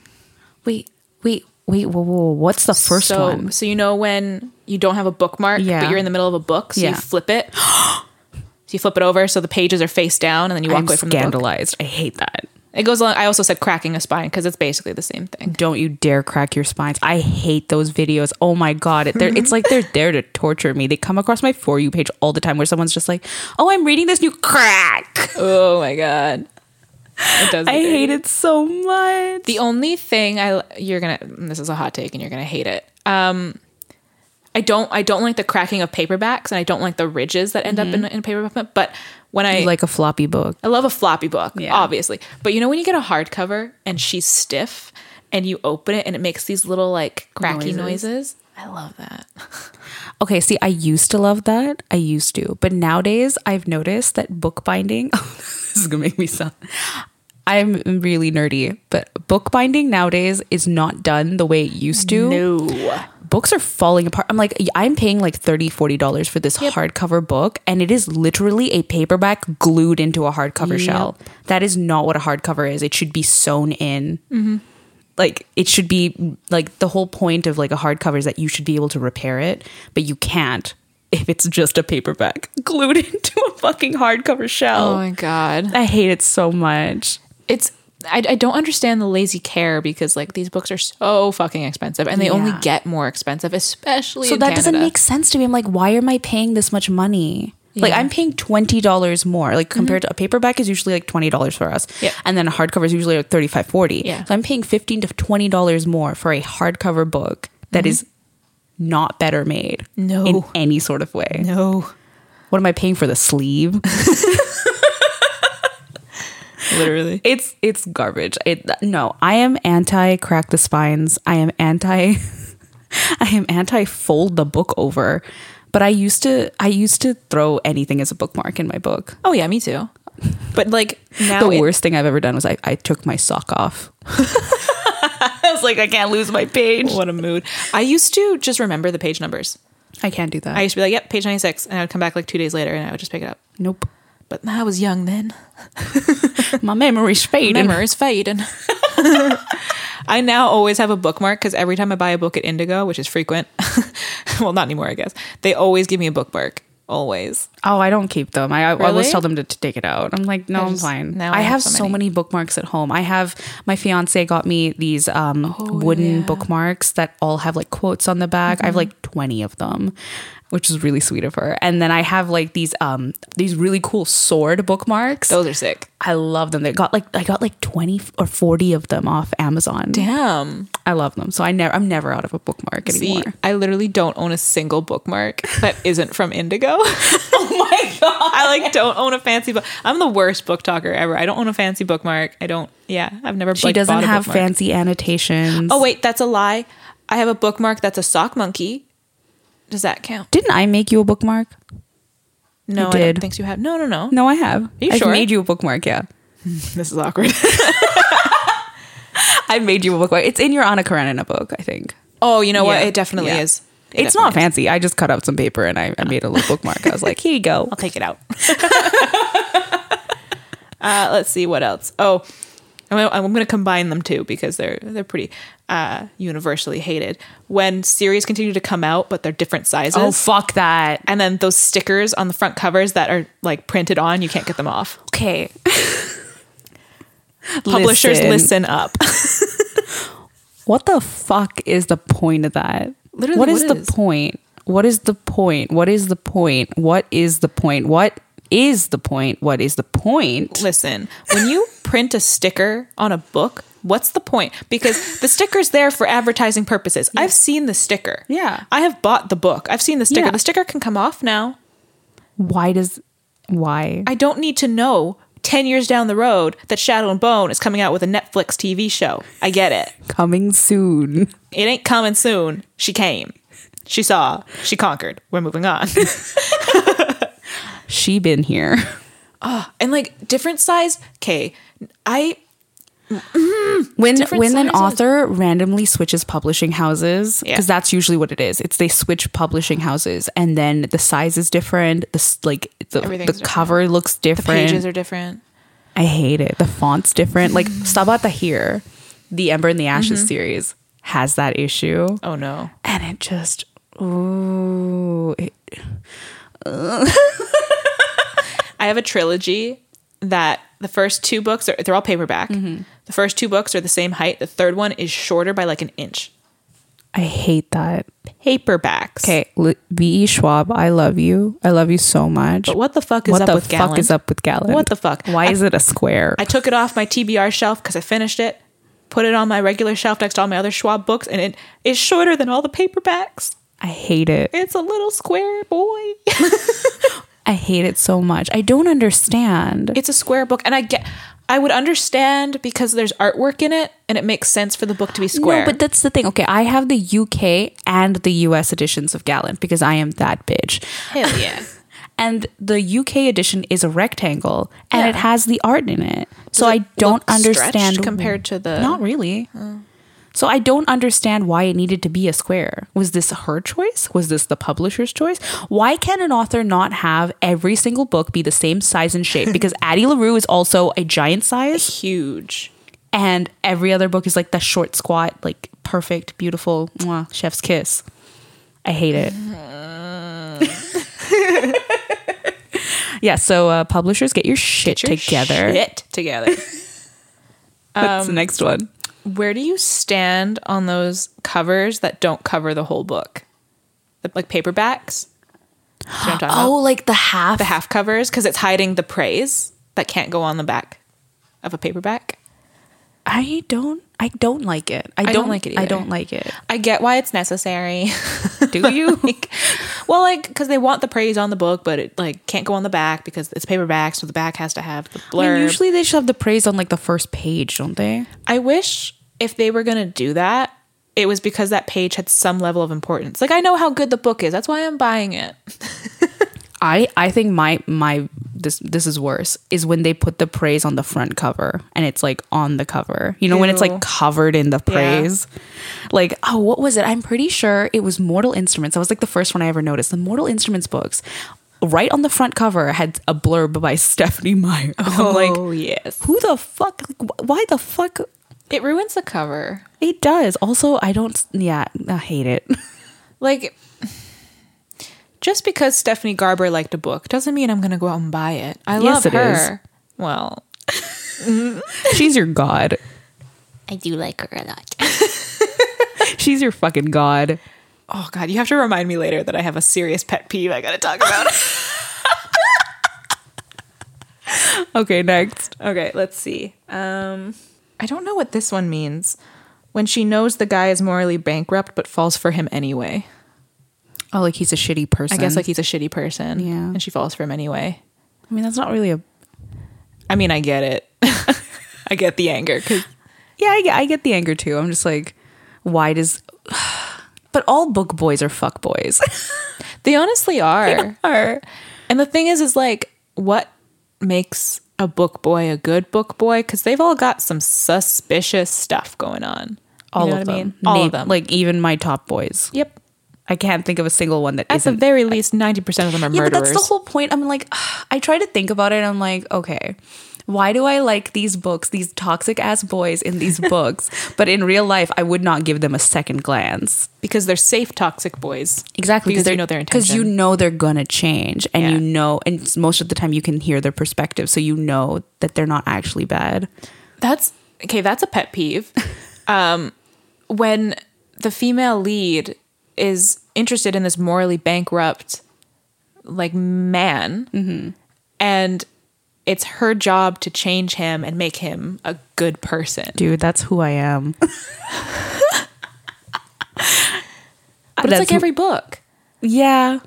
Speaker 2: wait wait wait whoa, whoa, whoa, what's the first
Speaker 1: so,
Speaker 2: one
Speaker 1: So you know when you don't have a bookmark,
Speaker 2: Yeah.
Speaker 1: but you're in the middle of a book, so you
Speaker 2: Yeah.
Speaker 1: flip it. So you flip it over so the pages are face down, and then you walk
Speaker 2: I'm
Speaker 1: away from the book.
Speaker 2: scandalized. I hate that.
Speaker 1: It goes along. I also said cracking a spine because it's basically the same thing.
Speaker 2: Don't you dare crack your spines. I hate those videos. Oh my God. It, they're- it's like they're there to torture me. They come across my For You page all the time where someone's just like, oh, I'm reading this new crack.
Speaker 1: Oh my god, it does.
Speaker 2: I
Speaker 1: me dirty.
Speaker 2: hate it so much.
Speaker 1: The only thing I you're gonna this is a hot take and you're gonna hate it. Um, I don't I don't like the cracking of paperbacks and I don't like the ridges that end up
Speaker 2: Mm-hmm.
Speaker 1: in, in a paperback. But when I
Speaker 2: like a floppy book.
Speaker 1: I love a floppy book,
Speaker 2: Yeah.
Speaker 1: obviously. But you know when you get a hardcover and she's stiff and you open it and it makes these little like cracky
Speaker 2: Noises.
Speaker 1: noises. Oh. I love that.
Speaker 2: Okay, see, I used to love that. I used to. But nowadays, I've noticed that bookbinding, oh, this is going to make me sound. I'm really nerdy, but bookbinding nowadays is not done the way it used to.
Speaker 1: No.
Speaker 2: books are falling apart. I'm like, I'm paying like $30, $40 for this hardcover book, and it is literally a paperback glued into a hardcover shell. That is not what a hardcover is. It should be sewn in. Like, it should be like the whole point of like a hardcover is that you should be able to repair it, but you can't if it's just a paperback glued into a fucking hardcover
Speaker 1: Oh
Speaker 2: shell.
Speaker 1: my god.
Speaker 2: I hate it so much.
Speaker 1: It's I, I don't understand the lazy care because like these books are so fucking expensive and they only
Speaker 2: Yeah.
Speaker 1: get more expensive, especially
Speaker 2: So
Speaker 1: in
Speaker 2: that doesn't
Speaker 1: Canada.
Speaker 2: make sense to me. I'm like, why am I paying this much money? Like
Speaker 1: Yeah. Mm-hmm.
Speaker 2: I'm paying twenty dollars more. Like compared to a paperback is usually like twenty dollars for us.
Speaker 1: Yeah.
Speaker 2: And then a hardcover is usually like 35 40
Speaker 1: Yeah.
Speaker 2: So I'm paying fifteen to twenty dollars more for a hardcover book that is not better made.
Speaker 1: Mm-hmm. No.
Speaker 2: In any sort of way.
Speaker 1: no.
Speaker 2: What am I paying for the sleeve?
Speaker 1: Literally.
Speaker 2: it's it's garbage. It no, I am anti crack the spines. I am anti I am anti fold the book over. But I used to I used to throw anything as a bookmark in my book.
Speaker 1: Oh yeah, me too. But like now
Speaker 2: the
Speaker 1: it-
Speaker 2: worst thing I've ever done was I, I took my sock off. I was like, I can't lose my page.
Speaker 1: what a mood. I used to just remember the page numbers.
Speaker 2: I can't do that.
Speaker 1: I used to be like, yep, page 96. And I would come back like two days later and I would just pick it up.
Speaker 2: nope.
Speaker 1: But I was young then.
Speaker 2: My memory's fading.
Speaker 1: Memories fading. I now always have a bookmark because every time I buy a book at Indigo, which is frequent, well, not anymore, I guess, they always give me a bookmark. Always.
Speaker 2: Oh, I don't keep them. I, I always
Speaker 1: Really?
Speaker 2: tell them to, to take it out. I'm like, no, I am
Speaker 1: just-
Speaker 2: fine.
Speaker 1: now
Speaker 2: I, have, so many. bookmarks at home. I have my fiance got me these um, wooden
Speaker 1: yeah.
Speaker 2: bookmarks that all have like quotes on the back. I have like 20 of them, which is really sweet of her. And then I have like these um these really cool sword bookmarks.
Speaker 1: Those are sick.
Speaker 2: I love them. They got like I got like 20 or 40 of them off Amazon.
Speaker 1: Damn.
Speaker 2: I love them. So I never I'm never out of a bookmark
Speaker 1: See,
Speaker 2: anymore.
Speaker 1: I literally don't own a single bookmark that isn't from Indigo.
Speaker 2: oh my god.
Speaker 1: I like don't own a fancy book. I'm the worst book talker ever. I don't own a fancy bookmark. I don't. Yeah, I've never.
Speaker 2: She doesn't have fancy annotations.
Speaker 1: Oh wait, that's a lie. I have a bookmark that's a sock monkey. Does that count?
Speaker 2: Didn't I make you a bookmark?
Speaker 1: No,
Speaker 2: You
Speaker 1: I
Speaker 2: did.
Speaker 1: don't think you have. No, no, no.
Speaker 2: No, I have.
Speaker 1: you
Speaker 2: I've
Speaker 1: sure?
Speaker 2: made you a bookmark, yeah.
Speaker 1: This is awkward.
Speaker 2: I've made you a bookmark. It's in your Anna Karenina book, I think.
Speaker 1: oh, you know what?
Speaker 2: Yeah.
Speaker 1: It definitely
Speaker 2: Yeah.
Speaker 1: is. It
Speaker 2: It's not
Speaker 1: definitely
Speaker 2: fancy. I just cut out some paper and I, I made a little bookmark. I was like, here you go.
Speaker 1: is. I'll take it out. uh, let's see what else. Oh, I'm gonna, I'm gonna combine them too because they're they're pretty uh, universally hated. When series continue to come out, but they're different sizes.
Speaker 2: Oh, fuck that.
Speaker 1: and then those stickers on the front covers that are like printed on, you can't get them off.
Speaker 2: Okay.
Speaker 1: Publishers, listen up.
Speaker 2: What the fuck is the point of that?
Speaker 1: Literally,
Speaker 2: what
Speaker 1: what
Speaker 2: is the
Speaker 1: is-
Speaker 2: point? What is the point? What is the point? What is the point? What is the point? What is the point?
Speaker 1: listen, when you print a sticker on a book, what's the point? Because the sticker's there for advertising purposes. I've seen the sticker.
Speaker 2: Yeah.
Speaker 1: I have bought the book. I've seen the sticker.
Speaker 2: Yeah.
Speaker 1: The sticker can come off now.
Speaker 2: Why does why?
Speaker 1: I don't need to know 10 years down the road that Shadow and Bone is coming out with a Netflix TV show. I get it.
Speaker 2: Coming soon.
Speaker 1: It ain't coming soon. She came. She saw. She conquered. We're moving on.
Speaker 2: She been here.
Speaker 1: and like different size okay i
Speaker 2: when
Speaker 1: different
Speaker 2: when an
Speaker 1: sizes.
Speaker 2: author randomly switches publishing houses because
Speaker 1: Yeah.
Speaker 2: that's usually what it is it's they switch publishing houses and then the size is different the s- like the,
Speaker 1: Everything's
Speaker 2: the
Speaker 1: different.
Speaker 2: cover looks different
Speaker 1: pages are different
Speaker 2: i hate it the font's different like sabata here the ember and the ashes
Speaker 1: Mm-hmm.
Speaker 2: series has that issue
Speaker 1: oh no
Speaker 2: and it just ooh it,
Speaker 1: i have a trilogy that the first two books are they're all paperback
Speaker 2: Mm-hmm.
Speaker 1: the first two books are the same height the third one is shorter by like an inch
Speaker 2: i hate that
Speaker 1: paperbacks
Speaker 2: okay L- be schwab i love you i love you so much
Speaker 1: but what the fuck is
Speaker 2: what
Speaker 1: up
Speaker 2: the
Speaker 1: with
Speaker 2: fuck
Speaker 1: Gallant?
Speaker 2: is up with Gallant?
Speaker 1: What the fuck?
Speaker 2: Why
Speaker 1: I-
Speaker 2: is it a square?
Speaker 1: i took it off my tbr shelf because i finished it put it on my regular shelf next to all my other schwab books and it is shorter than all the paperbacks
Speaker 2: I hate it.
Speaker 1: it's a little square boy
Speaker 2: I hate it so much. I don't understand.
Speaker 1: it's a square book and i get i would understand because there's artwork in it and it makes sense for the book to be square
Speaker 2: No, but that's the thing. Okay, I have the UK and the US editions of Gallant because I am that bitch.
Speaker 1: hell yeah
Speaker 2: And the UK edition is a rectangle and
Speaker 1: Yeah.
Speaker 2: it has the art in it. So I
Speaker 1: look
Speaker 2: don't
Speaker 1: stretched
Speaker 2: understand
Speaker 1: compared to the- Oh.
Speaker 2: Not really. So I don't understand why it needed to be a square. Was this her choice? Was this the publisher's choice? Why can an author not have every single book be the same size and shape? Because Addie LaRue is also a giant size.
Speaker 1: huge
Speaker 2: and every other book is like that short squat like perfect beautiful mwah, chef's kiss i hate it yeah so uh, publishers get your shit
Speaker 1: Your
Speaker 2: together Um,
Speaker 1: shit together
Speaker 2: that's the next one
Speaker 1: where do you stand on those covers that don't cover the whole book the, like paperbacks Do you know what I'm talking about?
Speaker 2: Oh, like the half
Speaker 1: the half covers because it's hiding the praise that can't go on the back of a paperback
Speaker 2: i don't i don't like it i,
Speaker 1: don't
Speaker 2: don't
Speaker 1: like it
Speaker 2: i
Speaker 1: either.
Speaker 2: don't like it
Speaker 1: i get why it's necessary
Speaker 2: do you
Speaker 1: like, well, like because they want the praise on the book, but it like can't go on the back because it's paperback, so the back has to have the blurb.
Speaker 2: I
Speaker 1: I,
Speaker 2: mean, usually they should have the praise on like the first page don't they
Speaker 1: wish if they were gonna do that, it was because that page had some level of importance. Like I know how good the book is, that's why I'm buying it.
Speaker 2: I I think my my this this is worse is when they put the praise on the front cover and it's like on the cover. You know when it's
Speaker 1: Ew.
Speaker 2: like covered in the praise. Like oh what was it? I'm pretty sure it was Mortal Instruments. That was like the first one I ever noticed. The Mortal Instruments books right on the front cover had a blurb by Stephanie Meyer. And I'm like
Speaker 1: yes,
Speaker 2: who the fuck like, wh- why the fuck
Speaker 1: It ruins the cover.
Speaker 2: It does. Also, I don't. Yeah, I hate it.
Speaker 1: Like, just because Stephanie Garber liked a book doesn't mean I'm going to go out and buy it. I
Speaker 2: Yes,
Speaker 1: love
Speaker 2: it
Speaker 1: her. Well,
Speaker 2: She's your god.
Speaker 3: I do like her a lot.
Speaker 2: She's your fucking god.
Speaker 1: oh god, you have to remind me later that I have a serious pet peeve I got to talk about.
Speaker 2: Okay, next.
Speaker 1: okay, let's see. Um, I don't know what this one means. When she knows the guy is morally bankrupt but falls for him anyway.
Speaker 2: Oh, like he's a shitty
Speaker 1: I
Speaker 2: person.
Speaker 1: guess like he's a shitty person.
Speaker 2: Yeah.
Speaker 1: And she falls for him anyway.
Speaker 2: I mean, that's not really a.
Speaker 1: I mean, I get it. I get the anger because
Speaker 2: Yeah, I get, I get the anger too. I'm just like, why does? But all book boys are fuck boys.
Speaker 1: they honestly are. And the thing is, is like, what makes a book boy a good book boy? Because they've all got some suspicious stuff going on. You
Speaker 2: all
Speaker 1: know
Speaker 2: of
Speaker 1: what
Speaker 2: them.
Speaker 1: I mean? All
Speaker 2: Name-
Speaker 1: of them.
Speaker 2: Like even my top boys.
Speaker 1: yep.
Speaker 2: I can't think of a single one that
Speaker 1: At the
Speaker 2: isn't.
Speaker 1: very least, ninety percent of them are
Speaker 2: yeah,
Speaker 1: murderers.
Speaker 2: but that's the whole point. I'm like, I try to think about it. And I'm like, okay, why do I like these books, these toxic ass boys in these books? But in real life, I would not give them a second glance.
Speaker 1: because they're safe, toxic boys.
Speaker 2: because
Speaker 1: Because
Speaker 2: they're-
Speaker 1: you know their
Speaker 2: Because
Speaker 1: intention.
Speaker 2: you know they're gonna change, and
Speaker 1: Yeah.
Speaker 2: you know, and s- most of the time you can hear their perspective, so you know that they're not actually bad.
Speaker 1: That's okay. That's a pet peeve. Um, when the female lead is interested in this morally bankrupt, like man,
Speaker 2: Mm-hmm.
Speaker 1: and it's her job to change him and make him a good person.
Speaker 2: Dude, that's who I am.
Speaker 1: But it's
Speaker 2: that's
Speaker 1: like
Speaker 2: who-
Speaker 1: every book.
Speaker 2: Yeah.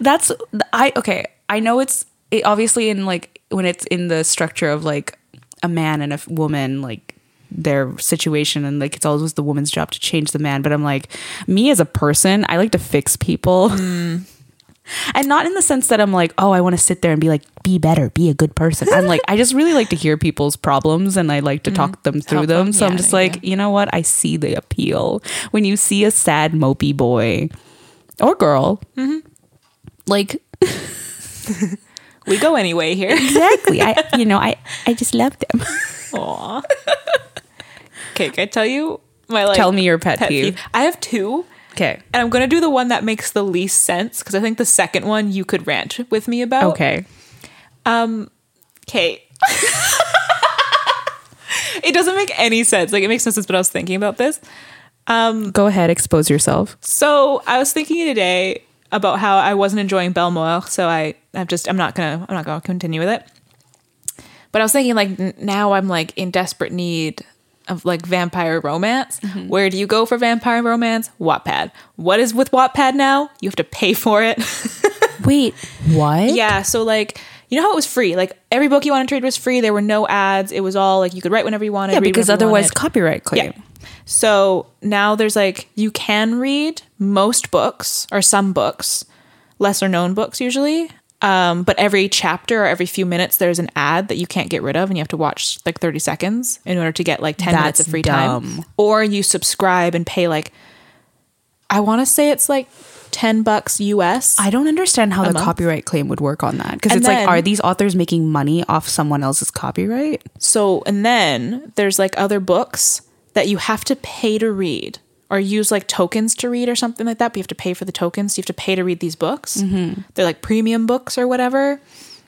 Speaker 2: That's I okay. I know it's it, obviously in like when it's in the structure of like a man and a f- woman like their situation and like it's always the woman's job to change the man, but I'm like me as a person, I like to fix people.
Speaker 1: Hmm.
Speaker 2: And not in the sense that I'm like, oh, I want to sit there and be like, be better, be a good person. I'm like, I just really like to hear people's problems and I like to talk them through
Speaker 1: Hmm. Help
Speaker 2: them.
Speaker 1: them.
Speaker 2: So I'm
Speaker 1: Yeah,
Speaker 2: just
Speaker 1: I
Speaker 2: like, you know what? I see the appeal. When you see a sad, mopey boy or girl, like,
Speaker 1: We go anyway here.
Speaker 2: exactly. I, you know, I, I just love them.
Speaker 1: Aw. Okay, can I tell you my like?
Speaker 2: Tell me your pet peeve.
Speaker 1: I have two.
Speaker 2: Okay.
Speaker 1: And I'm gonna do the one that makes the least sense because I think the second one you could rant with me about.
Speaker 2: Okay.
Speaker 1: Kate. it doesn't make any sense. Like it makes no sense, but I was thinking about this.
Speaker 2: Go ahead, expose yourself.
Speaker 1: So I was thinking today about how I wasn't enjoying Belmoir, so I I'm just I'm not gonna I'm not gonna continue with it. But I was thinking like n- now I'm like in desperate need of like vampire romance. Where do you go for vampire romance? Wattpad. What is with Wattpad now? You have to pay for it.
Speaker 2: Wait, what? Yeah.
Speaker 1: Yeah, so like you know how it was free? Like every book you wanted to read was free. There were no ads. It was all like you could write whenever you wanted.
Speaker 2: Yeah,
Speaker 1: read
Speaker 2: because
Speaker 1: whenever you
Speaker 2: otherwise
Speaker 1: wanted.
Speaker 2: copyright claim.
Speaker 1: Yeah. So now there's like you can read most books or some books, lesser known books usually. Um, but every chapter or every few minutes there's an ad that you can't get rid of and you have to watch like 30 seconds in order to get like 10 minutes of
Speaker 2: That's
Speaker 1: free
Speaker 2: dumb.
Speaker 1: time. Or you subscribe and pay like I want to say it's like 10 bucks US.
Speaker 2: I don't understand how the
Speaker 1: month.
Speaker 2: copyright claim would work on that because
Speaker 1: And
Speaker 2: it's like,
Speaker 1: then-
Speaker 2: are these authors making money off someone else's copyright?
Speaker 1: So, and then there's like other books that you have to pay to read or use like tokens to read or something like that. But you have to pay for the tokens. So you have to pay to read these books.
Speaker 2: Mm-hmm.
Speaker 1: They're like premium books or whatever.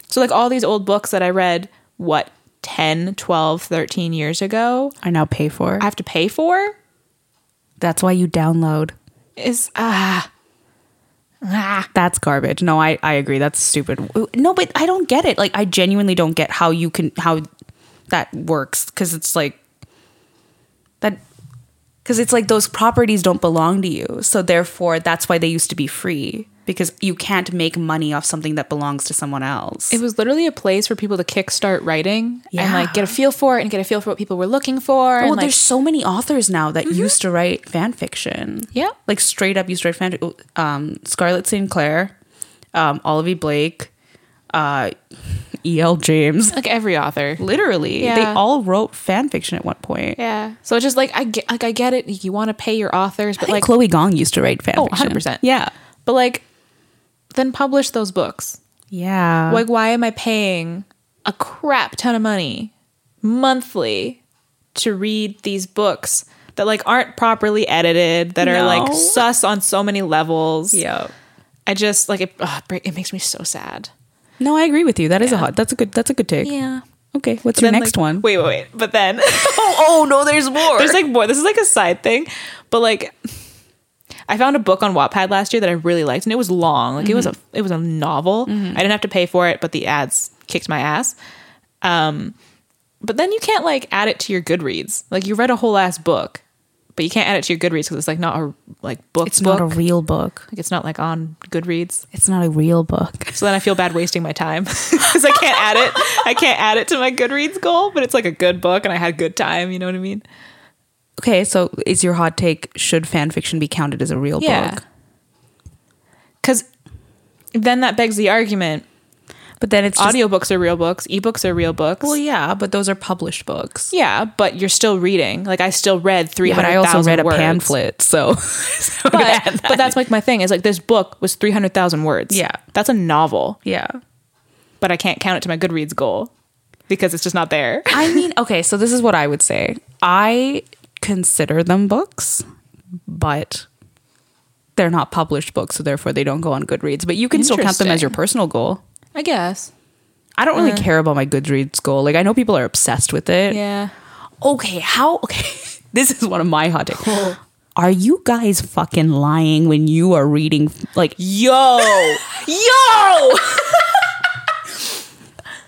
Speaker 1: So, like all these old books that I read, what, 10, 12, 13 years ago,
Speaker 2: I now pay for.
Speaker 1: I have to pay for
Speaker 2: That's why you download.
Speaker 1: is, ah, ah.
Speaker 2: That's garbage. No, I, I agree. That's stupid. No, but I don't get it. Like I genuinely don't get how you can how that works because it's like that because it's like those properties don't belong to you. So therefore, that's why they used to be free because you can't make money off something that belongs to someone else.
Speaker 1: It was literally a place for people to kickstart writing and
Speaker 2: Yeah.
Speaker 1: like get a feel for it and get a feel for what people were looking for.
Speaker 2: Well,
Speaker 1: and, like, Mm-hmm.
Speaker 2: there's so many authors now that used to write fan fiction.
Speaker 1: Yeah.
Speaker 2: Like straight up used to write fan um Scarlett Sinclair, um, Olivia Blake, uh E.L. James.
Speaker 1: like every author.
Speaker 2: Literally. They
Speaker 1: Yeah.
Speaker 2: all wrote fan fiction at one point.
Speaker 1: Yeah. So it's just like I get, like I get it. You want to pay your authors,
Speaker 2: I
Speaker 1: but
Speaker 2: think
Speaker 1: like,
Speaker 2: Chloe Gong used to write fan
Speaker 1: Oh,
Speaker 2: fiction.
Speaker 1: 100%.
Speaker 2: Yeah.
Speaker 1: but like, then publish those books.
Speaker 2: Yeah.
Speaker 1: Like, why am I paying a crap ton of money? monthly to read these books that like aren't properly edited, that are like
Speaker 2: No.
Speaker 1: sus on so many levels.
Speaker 2: Yeah.
Speaker 1: I just like it. ugh, it break- it makes me so sad.
Speaker 2: No, I agree with you. That is a hot. That's a good. That's a good take.
Speaker 1: Yeah.
Speaker 2: Okay. What's your
Speaker 1: Then,
Speaker 2: next
Speaker 1: like-
Speaker 2: one?
Speaker 1: Wait, wait, wait. But then
Speaker 2: Oh, oh no, there's more.
Speaker 1: there's like more. This is like a side thing, but like I found a book on Wattpad last year that I really liked, and it was long. Like it was a
Speaker 2: Mm-hmm.
Speaker 1: it was a novel. I didn't have to pay for it, but the ads kicked my ass. Um, but then you can't like add it to your Goodreads. Like you read a whole ass book, but you can't add it to your Goodreads because it's like not a like book.
Speaker 2: it's
Speaker 1: book.
Speaker 2: not a real book.
Speaker 1: like it's not like on Goodreads.
Speaker 2: It's not a real book.
Speaker 1: So then I feel bad wasting my time because I can't add it. I can't add it to my Goodreads goal, but it's like a good book, and I had a good time. You know what I mean?
Speaker 2: Okay, so is your hot take should fan fiction be counted as a real book?
Speaker 1: Because then that begs the argument
Speaker 2: But then it's just,
Speaker 1: audiobooks are real books, ebooks are real books.
Speaker 2: Well, yeah, but those are published books.
Speaker 1: yeah, but you're still reading. Like I still read
Speaker 2: Yeah, but
Speaker 1: 300,000
Speaker 2: I also read a
Speaker 1: words.
Speaker 2: pamphlet, so, so I'm gonna add
Speaker 1: But,
Speaker 2: that.
Speaker 1: but that's like my thing is like this book was 300,000 words.
Speaker 2: Yeah.
Speaker 1: That's a novel,
Speaker 2: yeah.
Speaker 1: but I can't count it to my Goodreads goal because it's just not there.
Speaker 2: I mean, okay, so this is what I would say. I consider them books, but they're not published books, so therefore they don't go on Goodreads. But you can still count them as your personal goal.
Speaker 1: I guess.
Speaker 2: I don't really care about my Goodreads goal. Like I know people are obsessed with it.
Speaker 1: Yeah.
Speaker 2: Okay, how okay. this is one of my hot takes. Are you guys fucking lying when you are reading like
Speaker 1: Yo. Yo.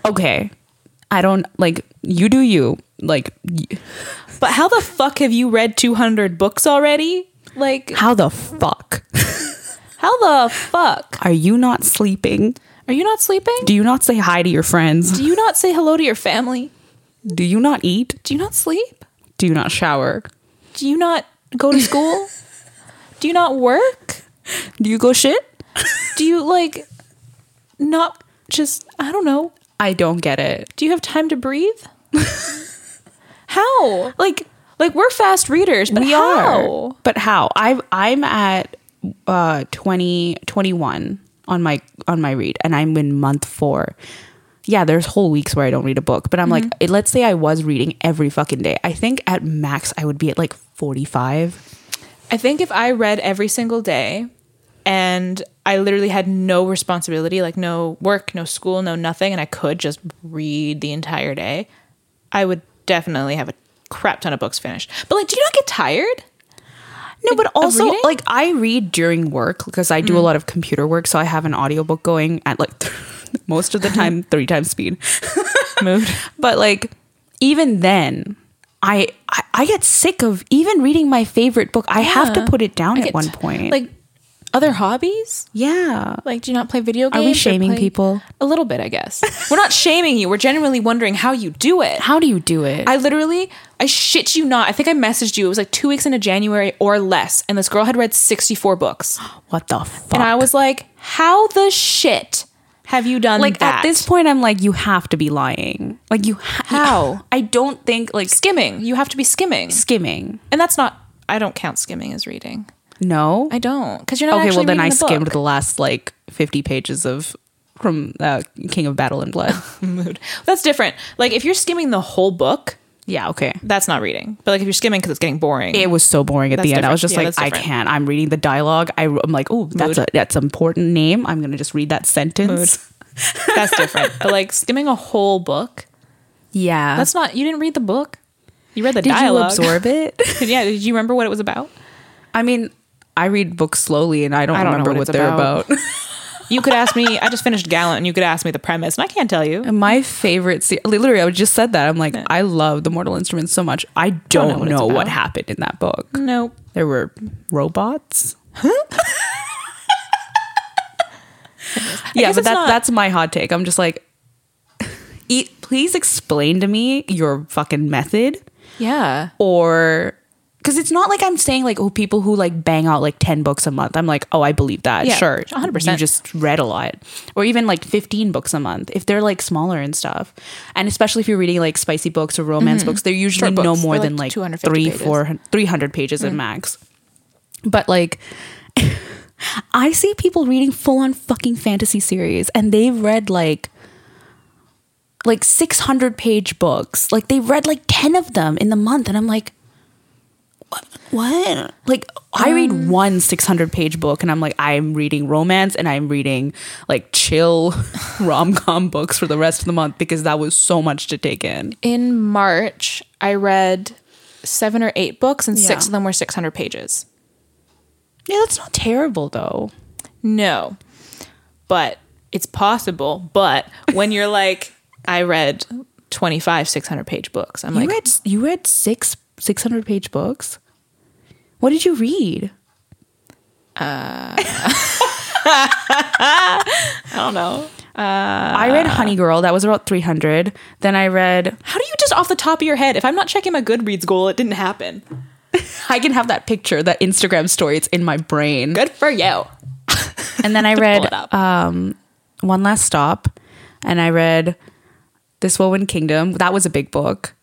Speaker 2: okay. I don't like you do you. Like y-
Speaker 1: But how the fuck have you read 200 books already? Like
Speaker 2: how the fuck
Speaker 1: how the fuck?
Speaker 2: are you not sleeping?
Speaker 1: Are you not sleeping?
Speaker 2: Do you not say hi to your friends?
Speaker 1: Do you not say hello to your family?
Speaker 2: Do you not eat?
Speaker 1: Do you not sleep?
Speaker 2: Do you not shower?
Speaker 1: Do you not go to school? Do you not work?
Speaker 2: Do you go shit?
Speaker 1: Do you like not just, I don't know,
Speaker 2: I don't get it.
Speaker 1: do you have time to breathe? how? Like, like we're fast readers, but
Speaker 2: we
Speaker 1: how?
Speaker 2: are but how i i'm at uh 20 21 on my on my read and i'm in month four yeah there's whole weeks where i don't read a book but i'm like
Speaker 1: Mm-hmm.
Speaker 2: it- let's say i was reading every fucking day i think at max i would be at like 45
Speaker 1: I think if I read every single day and I literally had no responsibility, like no work, no school, no nothing, and I could just read the entire day, I would definitely have a crap ton of books finished. But like, do you not get tired?
Speaker 2: no but also
Speaker 1: reading? Mm.
Speaker 2: like i read during work because i do a lot of computer work so i have an audiobook going at like most of the time three times speed
Speaker 1: Mood.
Speaker 2: but like even then I, I i get sick of even reading my favorite book i have to
Speaker 1: Yeah.
Speaker 2: put it down
Speaker 1: I
Speaker 2: at
Speaker 1: get
Speaker 2: one
Speaker 1: t-
Speaker 2: point
Speaker 1: Like other hobbies?
Speaker 2: yeah
Speaker 1: Like do you not play video games?
Speaker 2: we
Speaker 1: or
Speaker 2: shaming
Speaker 1: play-
Speaker 2: people?
Speaker 1: A little bit, I guess. We're not shaming you. We're genuinely wondering how you do it.
Speaker 2: how do you do it
Speaker 1: I literally, I shit you not. I think I messaged you. It was like two weeks into January or less, and this girl had read 64 books.
Speaker 2: what the fuck
Speaker 1: And I was like, how the shit have you done
Speaker 2: like
Speaker 1: that?
Speaker 2: at this point i'm like you have to be lying like you ha-
Speaker 1: How?
Speaker 2: i don't think like
Speaker 1: skimming. You have to be skimming.
Speaker 2: skimming
Speaker 1: And that's not, I don't count skimming as reading.
Speaker 2: no
Speaker 1: I don't. Because you're not
Speaker 2: okay well then i
Speaker 1: the
Speaker 2: skimmed
Speaker 1: book.
Speaker 2: the last like 50 pages of from uh, king of battle and blood
Speaker 1: mood. That's different. Like if you're skimming the whole book,
Speaker 2: yeah okay
Speaker 1: that's not reading. But like if you're skimming because it's getting boring.
Speaker 2: it was so boring at
Speaker 1: That's
Speaker 2: the end. I was
Speaker 1: different.
Speaker 2: just
Speaker 1: Yeah,
Speaker 2: like,
Speaker 1: that's
Speaker 2: I
Speaker 1: different.
Speaker 2: can't. I'm reading the dialogue. I, am like, oh, that's a that's an important name. I'm gonna just read that sentence.
Speaker 1: that's different. but like skimming a whole book,
Speaker 2: Yeah,
Speaker 1: that's not, you didn't read the book. You read the
Speaker 2: did
Speaker 1: dialogue.
Speaker 2: you absorb it?
Speaker 1: yeah. Did you remember what it was about?
Speaker 2: I mean, I read books slowly, and I don't,
Speaker 1: I don't know
Speaker 2: remember
Speaker 1: what
Speaker 2: what,
Speaker 1: it's
Speaker 2: they're
Speaker 1: about.
Speaker 2: about.
Speaker 1: You could ask me, I just finished Gallant and you could ask me the premise and I can't tell you.
Speaker 2: And My favorite, se- literally, I was just said that. I'm like, I love the Mortal Instruments so much. I don't,
Speaker 1: know what it's
Speaker 2: know what
Speaker 1: about.
Speaker 2: happened in that book.
Speaker 1: Nope.
Speaker 2: There were robots. yeah,
Speaker 1: guess
Speaker 2: but
Speaker 1: it's
Speaker 2: that's
Speaker 1: not-
Speaker 2: that's my hot take. I'm just like, eat, please explain to me your fucking method,
Speaker 1: Yeah.
Speaker 2: or because it's not like I'm saying like oh people who like bang out like ten books a month. I'm like oh I believe that
Speaker 1: Yeah,
Speaker 2: sure
Speaker 1: 100%.
Speaker 2: You just read a lot, or even like fifteen books a month if they're like smaller and stuff, and especially if you're reading like spicy books or romance
Speaker 1: Mm-hmm.
Speaker 2: books, they're usually
Speaker 1: Short
Speaker 2: no
Speaker 1: books.
Speaker 2: more
Speaker 1: They're,
Speaker 2: than
Speaker 1: like,
Speaker 2: like
Speaker 1: 250
Speaker 2: three
Speaker 1: pages. Mm.
Speaker 2: four 300 pages at max. But like I see people reading full on fucking fantasy series and they've read like like 600 page books. Like they read like 10 of them in the month. And I'm like, what? Like I
Speaker 1: Um.
Speaker 2: read one 600 page book and I'm like, I'm reading romance and I'm reading like chill rom com books for the rest of the month because that was so much to take in.
Speaker 1: In March, I read seven or eight books, and six
Speaker 2: Yeah.
Speaker 1: of them were 600 pages.
Speaker 2: Yeah, that's not terrible though.
Speaker 1: No, but it's possible. But when you're like, I read 25 600 page books, I'm like,
Speaker 2: you read you read six 600 page books? What did you read?
Speaker 1: I don't know.
Speaker 2: I read Honey Girl. That was about 300. Then I read
Speaker 1: How do you just off the top of your head, if I'm not checking my Goodreads goal, it didn't happen?
Speaker 2: I can have that picture, that Instagram story. It's in my brain.
Speaker 1: Good for you.
Speaker 2: And then I
Speaker 1: Pull
Speaker 2: read um,
Speaker 1: it up.
Speaker 2: One Last Stop, and I read This Woven Kingdom. That was a big book.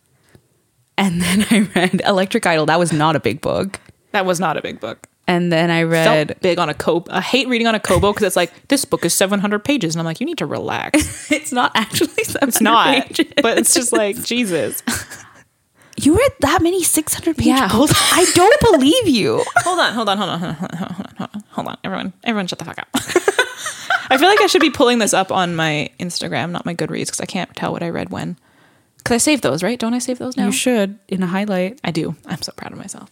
Speaker 2: And then I read Electric Idol. That was not a big book.
Speaker 1: that was not a big book.
Speaker 2: And then I read.
Speaker 1: Felt big on a Kobo. I hate reading on a Kobo because it's like, this book is 700 pages. And I'm like, you need to relax.
Speaker 2: It's not actually.
Speaker 1: It's not. But it's just like, Jesus.
Speaker 2: you read that many six hundred page
Speaker 1: Yeah, hold
Speaker 2: books. I don't believe you.
Speaker 1: hold on, hold on, hold on, hold on, hold on, hold on, hold on, hold on. Everyone, everyone, shut the fuck up. I feel like I should be pulling this up on my Instagram, not my Goodreads, because I can't tell what I read when. Because I save those, right? Don't I save those now?
Speaker 2: You should in a highlight.
Speaker 1: I do. I'm so proud of myself.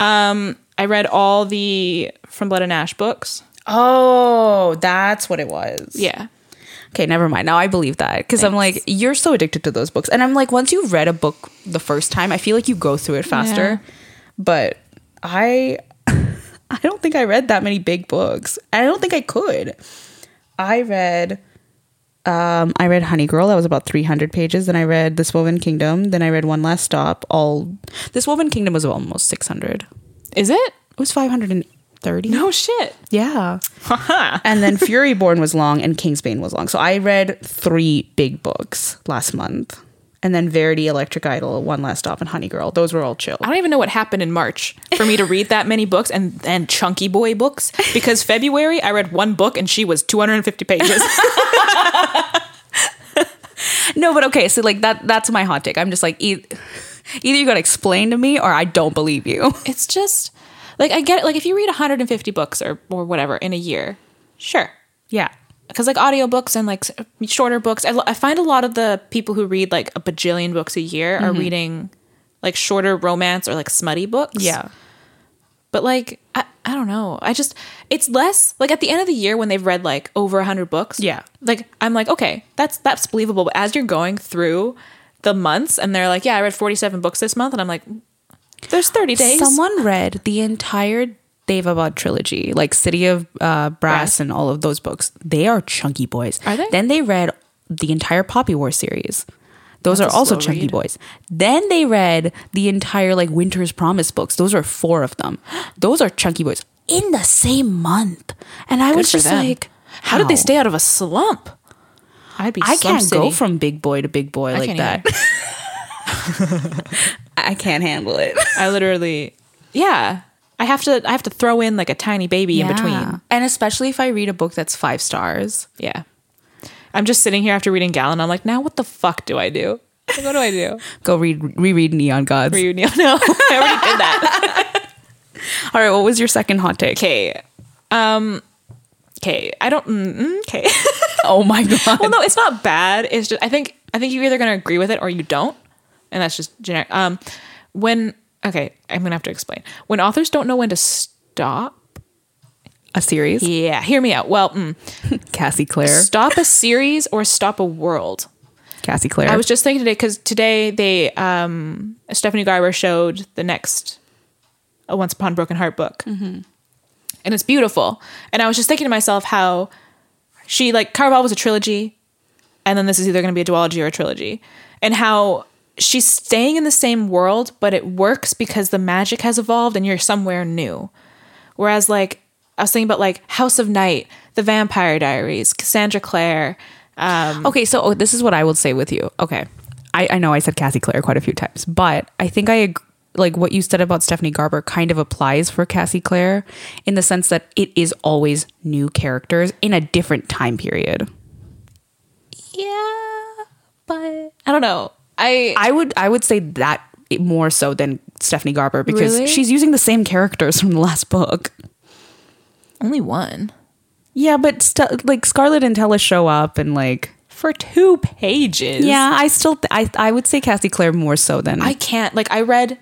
Speaker 1: um, I read all the From Blood and Ash books.
Speaker 2: Oh, that's what it was.
Speaker 1: Yeah.
Speaker 2: Okay, never mind. Now I believe that because I'm like, you're so addicted to those books. And I'm like, once you've read a book the first time, I feel like you go through it faster. But I I don't think I read that many big books. And I don't think I could. I read um I read Honey Girl, that was about 300 pages. Then I read This Woven Kingdom, then I read One Last Stop, all This Woven Kingdom was almost 600.
Speaker 1: Is it?
Speaker 2: It was 530.
Speaker 1: No shit.
Speaker 2: Yeah.
Speaker 1: Haha.
Speaker 2: And then Fury Born was long and Kingsbane was long. So I read three big books last month. And then Verity, Electric Idol, One Last Stop, and Honey Girl. Those were all chill.
Speaker 1: I don't even know what happened in March for me to read that many books and and chunky boy books because February I read one book and she was 250 pages.
Speaker 2: No, but okay. So like that that's my hot take. I'm just like e- either you gotta explain to me or I don't believe you.
Speaker 1: it's just like I get it. Like if you read 150 books or or whatever in a year, sure.
Speaker 2: Yeah.
Speaker 1: Because like audiobooks and like s- shorter books, I, lo- I find a lot of the people who read like a bajillion books a year are reading like shorter romance or like smutty books.
Speaker 2: Yeah.
Speaker 1: But like I, I don't know. I just it's less like at the end of the year when they've read like over 100 books.
Speaker 2: Yeah.
Speaker 1: Like I'm like, okay, that's that's believable, but as you're going through the months and they're like, yeah, I read 47 books this month and I'm like there's 30 days.
Speaker 2: Someone read the entire Devabad trilogy, like City of uh, Brass, and all of those books. They are chunky boys.
Speaker 1: Are they?
Speaker 2: Then they read the entire Poppy War series. Those
Speaker 1: That's a
Speaker 2: are also
Speaker 1: slow
Speaker 2: chunky
Speaker 1: read.
Speaker 2: boys. Then they read the entire like Winter's Promise books. Those are four of them. Those are chunky boys in the same month. And I was
Speaker 1: for
Speaker 2: just
Speaker 1: them.
Speaker 2: like,
Speaker 1: How did they stay out of a slump? I'd be.
Speaker 2: I
Speaker 1: slump
Speaker 2: can't go
Speaker 1: city.
Speaker 2: from big boy to big boy
Speaker 1: I
Speaker 2: like
Speaker 1: can't
Speaker 2: that.
Speaker 1: either.
Speaker 2: I can't handle it.
Speaker 1: I literally, yeah. I have to. I have to throw in like a tiny baby in between.
Speaker 2: And especially if I read a book that's five stars.
Speaker 1: Yeah. I'm just sitting here after reading Gallon. I'm like, now what the fuck do I do? Like, what do I do?
Speaker 2: Go read reread Neon Gods.
Speaker 1: Reunion? No, I already did that.
Speaker 2: All right, what was your second hot take?
Speaker 1: Okay. Um. Okay. I don't. Okay.
Speaker 2: Oh my god.
Speaker 1: well, no, it's not bad. It's just I think I think you're either gonna agree with it or you don't, and that's just generic. Um, when okay, I'm gonna have to explain when authors don't know when to stop.
Speaker 2: a series.
Speaker 1: Yeah, hear me out. Well, mm,
Speaker 2: Cassie Claire.
Speaker 1: stop a series or stop a world.
Speaker 2: Cassie Claire.
Speaker 1: I was just thinking today because today they um, Stephanie Garber showed the next a Once Upon a Broken Heart book, and it's beautiful. And I was just thinking to myself how she like Carval was a trilogy, and then this is either going to be a duology or a trilogy, and how she's staying in the same world, but it works because the magic has evolved and you're somewhere new. Whereas like I was thinking about like House of Night, The Vampire Diaries, Cassandra Clare.
Speaker 2: okay, so oh, this is what I will say with you. Okay. I, I know I said Cassie Claire quite a few times, but I think I ag- like what you said about Stephanie Garber kind of applies for Cassie Claire in the sense that it is always new characters in a different time period.
Speaker 1: Yeah,
Speaker 2: But
Speaker 1: I don't know. I,
Speaker 2: I would I would say that more so than Stephanie Garber because
Speaker 1: Really?
Speaker 2: she's using the same characters from the last book.
Speaker 1: only one
Speaker 2: Yeah, but st- like Scarlet and Tella show up and like
Speaker 1: for two pages.
Speaker 2: yeah, I still th- I I would say Cassie Clare more so than
Speaker 1: I can't. Like, I read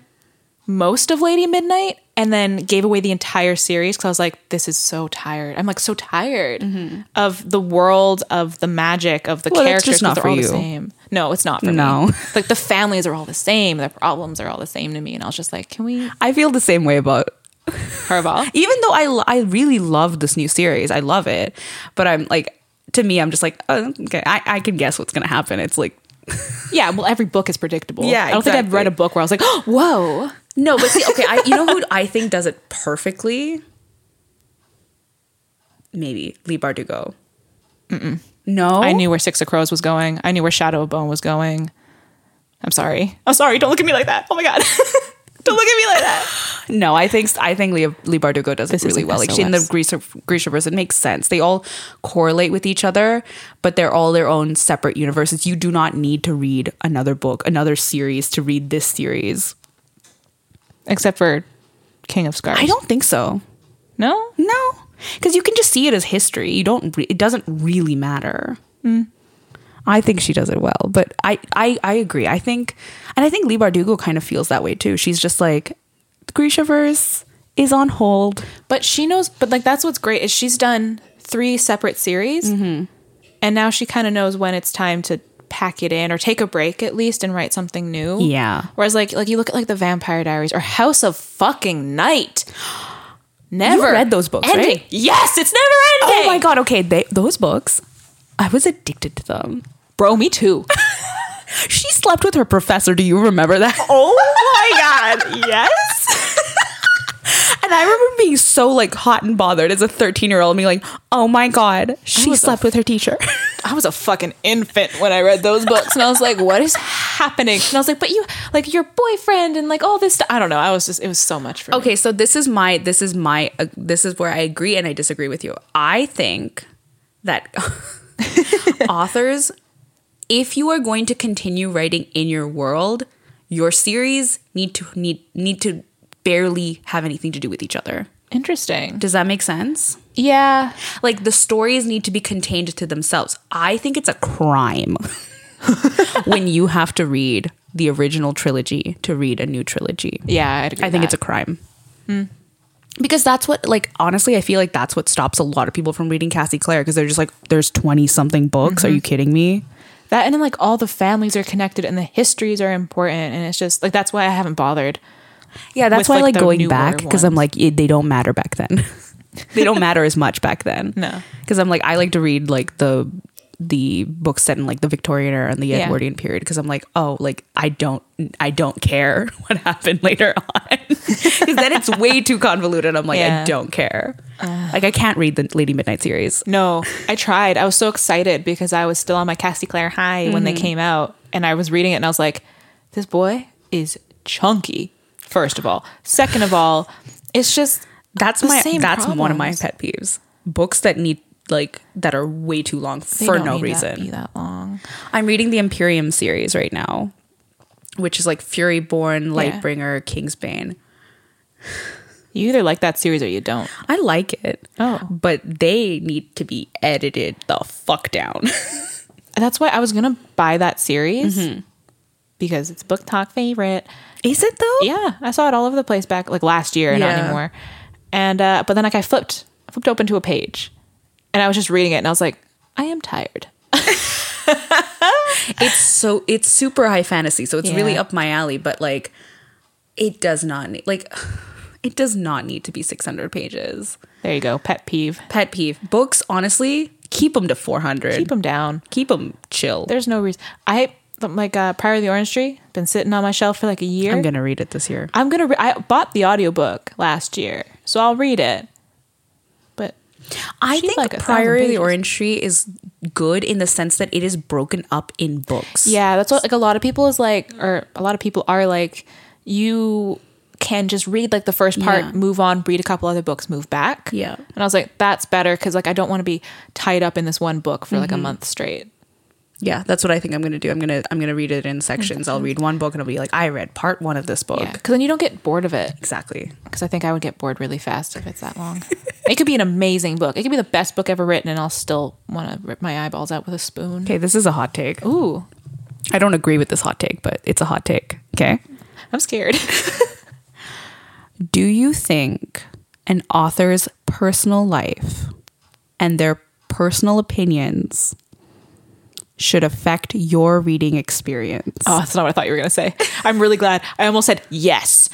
Speaker 1: most of Lady Midnight and then gave away the entire series because I was like, this is so tired. I'm like so tired of the world, of the magic, of the
Speaker 2: Well, that's
Speaker 1: characters.
Speaker 2: just not
Speaker 1: 'cause they're all
Speaker 2: for
Speaker 1: the
Speaker 2: you.
Speaker 1: same. No, it's not for me.
Speaker 2: No.
Speaker 1: Like the families are all the same. The problems are all the same to me. And I was just like, can we
Speaker 2: I feel the same way about
Speaker 1: Harbaugh?
Speaker 2: even though I lo- I really love this new series, I love it, but I'm like to me I'm just like oh, okay, I I can guess what's gonna happen. It's like
Speaker 1: yeah. Well, every book is predictable.
Speaker 2: Yeah,
Speaker 1: I don't think I've
Speaker 2: exactly.
Speaker 1: read a book where I was like, oh, whoa.
Speaker 2: no, but see, okay, I you know who I think does it perfectly? Maybe Lee Bardugo. Mm-mm. No,
Speaker 1: I knew where Six of Crows was going. I knew where Shadow of Bone was going. I'm sorry. I'm sorry. Don't look at me like that. Oh my God. don't look at me like that.
Speaker 2: No, I think I think Lee, Lee Bardugo does
Speaker 1: This
Speaker 2: it
Speaker 1: is
Speaker 2: really
Speaker 1: an
Speaker 2: well. Like in the
Speaker 1: SOS.
Speaker 2: Grease Grishaverse, it makes sense. They all correlate with each other, but they're all their own separate universes. You do not need to read another book, another series to read this series.
Speaker 1: Except for King of Scars.
Speaker 2: I don't think so.
Speaker 1: No?
Speaker 2: No, because you can just see it as history. You don't. Re- it doesn't really matter. Mm. I think she does it well, but I, I I agree. I think, and I think Lee Bardugo kind of feels that way too. She's just like the Grishaverse is on hold.
Speaker 1: But she knows, but like that's what's great is she's done three separate series. And now she kind of knows when it's time to pack it in or take a break at least and write something new.
Speaker 2: Yeah.
Speaker 1: Whereas like like you look at like the Vampire Diaries or House of Fucking Night. Never
Speaker 2: read those books,
Speaker 1: ending.
Speaker 2: right?
Speaker 1: Yes, it's never ending.
Speaker 2: Oh my god! Okay, they, those books, I was addicted to them.
Speaker 1: bro, me too.
Speaker 2: She slept with her professor. Do you remember that? Oh my god! Yes. and I remember being so like hot and bothered as a thirteen-year-old, being like, "Oh my god, she
Speaker 1: was a-
Speaker 2: slept with her teacher."
Speaker 1: I was a fucking infant when I read those books, and I was like, "What is happening?" And I was like, "But you, like your boyfriend, and like all this stuff." I don't know. I was just, it was so much for me.
Speaker 2: okay, so this is my this is my uh, this is where I agree and I disagree with you. I think that authors, if you are going to continue writing in your world, your series need to need need to barely have anything to do with each other.
Speaker 1: Interesting.
Speaker 2: Does that make sense?
Speaker 1: Yeah,
Speaker 2: Like the stories need to be contained to themselves. I think it's a crime when you have to read the original trilogy to read a new trilogy.
Speaker 1: yeah. I'd agree
Speaker 2: I think it's a crime.
Speaker 1: Hmm.
Speaker 2: Because that's what, like, honestly, I feel like that's what stops a lot of people from reading Cassie Clare because they're just like, there's 20 something books.
Speaker 1: Mm-hmm.
Speaker 2: Are you kidding me?
Speaker 1: a- that, and then like all the families are connected, and the histories are important, and it's just like that's why I haven't bothered.
Speaker 2: Yeah,
Speaker 1: With,
Speaker 2: that's why I
Speaker 1: like,
Speaker 2: like
Speaker 1: the
Speaker 2: going
Speaker 1: newer
Speaker 2: back because I'm
Speaker 1: ones.
Speaker 2: like, it, they don't matter back then. they don't matter as much back then.
Speaker 1: No.
Speaker 2: Because I'm like, I like to read like the the books set in like the Victorian era and the
Speaker 1: Yeah.
Speaker 2: Edwardian period because I'm like, oh, like I don't I don't care what happened later on. Because then it's way too convoluted. I'm like, I
Speaker 1: Yeah.
Speaker 2: don't care. like I can't read the Lady Midnight series.
Speaker 1: No, I tried. I was so excited because I was still on my Cassie Clare high when they came out, and I was reading it, and I was like, "This boy is chunky." First of all, second of all, it's just
Speaker 2: That's
Speaker 1: the
Speaker 2: my
Speaker 1: same
Speaker 2: that's one of my
Speaker 1: problems.
Speaker 2: pet peeves. Books that need like that are way too long
Speaker 1: They
Speaker 2: for
Speaker 1: don't
Speaker 2: no
Speaker 1: need
Speaker 2: reason.
Speaker 1: To be that long.
Speaker 2: I'm reading the Imperium series right now, which is like Furyborn,
Speaker 1: Yeah.
Speaker 2: Lightbringer, Kingsbane.
Speaker 1: You either like that series or you don't.
Speaker 2: I like it.
Speaker 1: Oh.
Speaker 2: But they need to be edited the fuck down.
Speaker 1: That's why I was gonna buy that series because it's a book talk favorite.
Speaker 2: Is it though?
Speaker 1: Yeah, I saw it all over the place back like last year, not
Speaker 2: Yeah.
Speaker 1: anymore. And uh, but then like I flipped flipped open to a page, and I was just reading it, and I was like, I am tired.
Speaker 2: It's so it's super high fantasy, so it's
Speaker 1: Yeah.
Speaker 2: really up my alley, but like it does not need like it does not need to be 600 pages.
Speaker 1: There you go, pet peeve.
Speaker 2: Pet peeve. Books, honestly, keep them to 400.
Speaker 1: Keep them down.
Speaker 2: Keep them chill.
Speaker 1: There's no reason. I like uh, Prior of the Orange Tree. Been sitting on my shelf for like a year.
Speaker 2: I'm going to read it this year.
Speaker 1: I'm gonna. Re- I bought the audiobook last year, so I'll read it. But
Speaker 2: I
Speaker 1: She's
Speaker 2: think
Speaker 1: like a
Speaker 2: Prior
Speaker 1: thousand
Speaker 2: of the
Speaker 1: pages.
Speaker 2: Orange Tree is good in the sense that it is broken up in books.
Speaker 1: Yeah, that's what like a lot of people is like, or a lot of people are like, you can just read like the first part,
Speaker 2: Yeah.
Speaker 1: move on, read a couple other books, move back.
Speaker 2: Yeah. Mm-hmm.
Speaker 1: and I was like, that's better because like I don't want to be tied up in this one book for like a month straight.
Speaker 2: Yeah, that's what I think I'm gonna do. I'm gonna I'm gonna read it in sections. I'll read one book and I'll be like, I read part one of this book.
Speaker 1: Yeah, because then you don't get bored of it.
Speaker 2: Exactly.
Speaker 1: Because I think I would get bored really fast if it's that long. it could be an amazing book. It could be the best book ever written, and I'll still want to rip my eyeballs out with a spoon.
Speaker 2: Okay, this is a hot take.
Speaker 1: Ooh,
Speaker 2: I don't agree with this hot take, but it's a hot take. Okay.
Speaker 1: I'm scared.
Speaker 2: Do you think an author's personal life and their personal opinions should affect your reading experience?
Speaker 1: Oh, that's not what I thought you were going to say. I'm really glad. I almost said yes.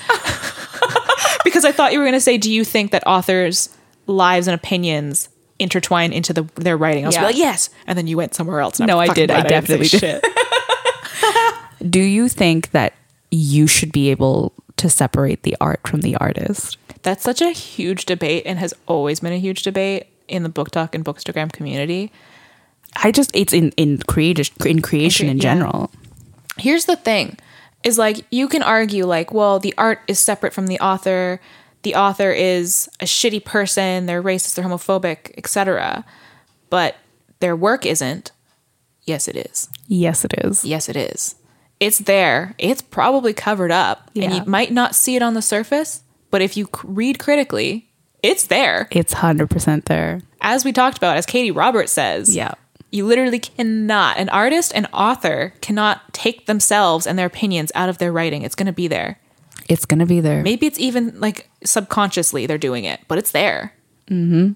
Speaker 1: because I thought you were going to say, do you think that authors' lives and opinions intertwine into the, their writing? I was
Speaker 2: Yeah.
Speaker 1: like, yes. And then you went somewhere else. and
Speaker 2: No,
Speaker 1: I'm
Speaker 2: I
Speaker 1: fucking
Speaker 2: did. I
Speaker 1: glad didn't
Speaker 2: definitely
Speaker 1: say
Speaker 2: did.
Speaker 1: shit.
Speaker 2: Do you think that you should be able to separate the art from the artist?
Speaker 1: That's such a huge debate and has always been a huge debate in the book talk and bookstagram community.
Speaker 2: I just it's in in creation in creation in
Speaker 1: Okay, yeah.
Speaker 2: general.
Speaker 1: here's the thing is like you can argue like well the art is separate from the author the author is a shitty person they're racist they're homophobic etc but their work isn't yes it is
Speaker 2: Yes, it is.
Speaker 1: yes it is it's there it's probably covered up and
Speaker 2: Yeah.
Speaker 1: you might not see it on the surface but if you c- read critically it's there
Speaker 2: It's hundred percent there.
Speaker 1: as we talked about as katie roberts says
Speaker 2: Yeah.
Speaker 1: you literally cannot, an artist and author cannot take themselves and their opinions out of their writing. It's going to be there.
Speaker 2: It's gonna be there.
Speaker 1: Maybe it's even like subconsciously they're doing it, but it's there. Mm-hmm.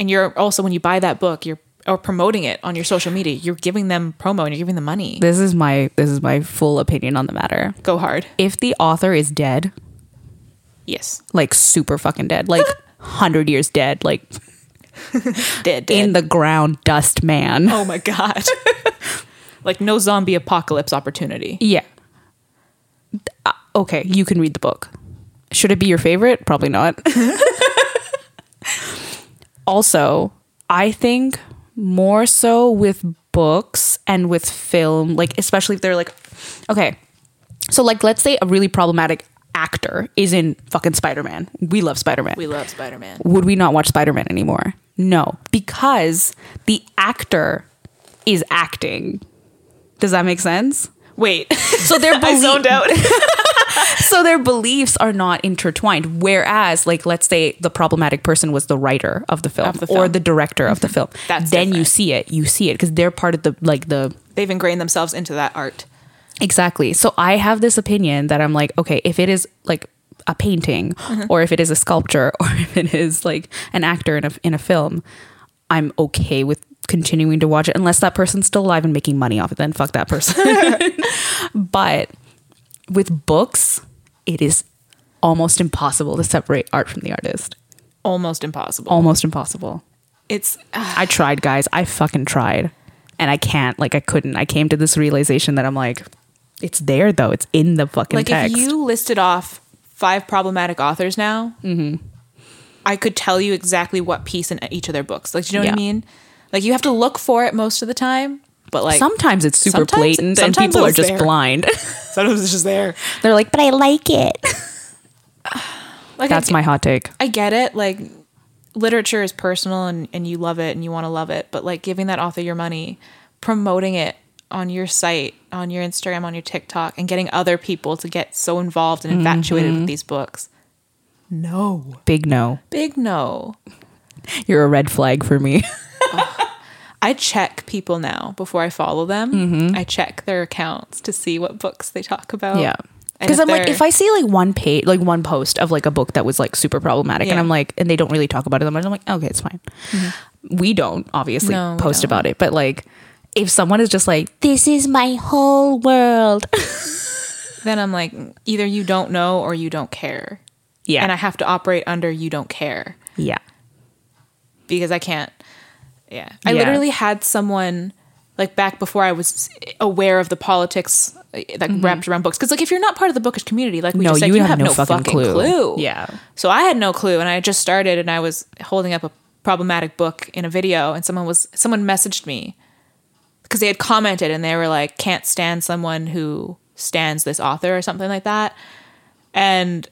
Speaker 1: And you're also, when you buy that book, you're or promoting it on your social media, you're giving them promo and you're giving them money.
Speaker 2: This is my this is my full opinion on the matter.
Speaker 1: Go hard.
Speaker 2: If the author is dead,
Speaker 1: Yes.
Speaker 2: like super fucking dead, like hundred years dead, like
Speaker 1: Dead. dead.
Speaker 2: in the ground, dust man.
Speaker 1: oh my God. like no zombie apocalypse opportunity.
Speaker 2: Yeah. Th- uh, okay, you can read the book. Should it be your favorite? Probably not. also, I think more so with books and with film, like especially if they're like okay. So like let's say a really problematic actor is in fucking Spider-Man. We love Spider-Man
Speaker 1: We love Spider Man.
Speaker 2: would we not watch Spider Man anymore? No, because the actor is acting. Does that make sense?
Speaker 1: Wait.
Speaker 2: So their
Speaker 1: I zoned out.
Speaker 2: so their beliefs are not intertwined. Whereas, like, let's say the problematic person was the writer of the film,
Speaker 1: Of the
Speaker 2: or
Speaker 1: film. Mm-hmm.
Speaker 2: the director of the film.
Speaker 1: That's
Speaker 2: then you
Speaker 1: different.
Speaker 2: see it. You see it because they're part of the like the
Speaker 1: They've ingrained themselves into that art.
Speaker 2: Exactly. So I have this opinion that I'm like, okay, if it is like a painting or if it is a sculpture or if it is like an actor in a in a film, I'm okay with continuing to watch it unless that person's still alive and making money off it then fuck that person. but with books, it is almost impossible to separate art from the artist.
Speaker 1: Almost impossible.
Speaker 2: Almost impossible.
Speaker 1: It's
Speaker 2: I tried, guys. I fucking tried. And I can't, like, I couldn't. I came to this realization that I'm like, it's there though. It's in the fucking
Speaker 1: like
Speaker 2: text.
Speaker 1: if you listed off five problematic authors now
Speaker 2: Mm-hmm.
Speaker 1: i could tell you exactly what piece in each of their books like do you know
Speaker 2: Yeah.
Speaker 1: what i mean like you have to look for it most of the time but like
Speaker 2: sometimes it's super
Speaker 1: sometimes-
Speaker 2: blatant. Some
Speaker 1: sometimes
Speaker 2: people
Speaker 1: it
Speaker 2: are
Speaker 1: was
Speaker 2: just
Speaker 1: there.
Speaker 2: blind.
Speaker 1: sometimes it's just there
Speaker 2: They're like, but I like it.
Speaker 1: like
Speaker 2: That's
Speaker 1: I,
Speaker 2: my hot take.
Speaker 1: I get it like literature is personal and, and you love it and you want to love it but like giving that author your money promoting it on your site on your instagram on your tiktok and getting other people to get so involved and infatuated
Speaker 2: Mm-hmm.
Speaker 1: with these books no
Speaker 2: Big no.
Speaker 1: big no
Speaker 2: You're a red flag for me.
Speaker 1: I check people now before I follow them.
Speaker 2: Mm-hmm.
Speaker 1: I check their accounts to see what books they talk about. And
Speaker 2: Because I'm like, if
Speaker 1: they're-
Speaker 2: I see like one page, like one post of like a book that was like super problematic, and
Speaker 1: Yeah.
Speaker 2: I'm like, and they don't really talk about it, I'm like, okay, it's fine. We don't obviously
Speaker 1: Mm-hmm. No, we
Speaker 2: post
Speaker 1: don't.
Speaker 2: about it, but like, if someone is just like,
Speaker 3: This is my whole world.
Speaker 1: then I'm like, either you don't know or you don't care.
Speaker 2: yeah,
Speaker 1: And I have to operate under you don't care
Speaker 2: yeah,
Speaker 1: because I can't. Yeah. I
Speaker 2: Yeah.
Speaker 1: literally had someone like back before I was aware of the politics uh, that wrapped around books. Because like if you're not part of the bookish community, like we
Speaker 2: No,
Speaker 1: just said,
Speaker 2: you
Speaker 1: you,
Speaker 2: would
Speaker 1: have, no, fucking, clue.
Speaker 2: Yeah.
Speaker 1: So I had no clue, and I had just started, and I was holding up a problematic book in a video, and someone was someone messaged me because they had commented, and they were like, "Can't stand someone who stands this author" or something like that, and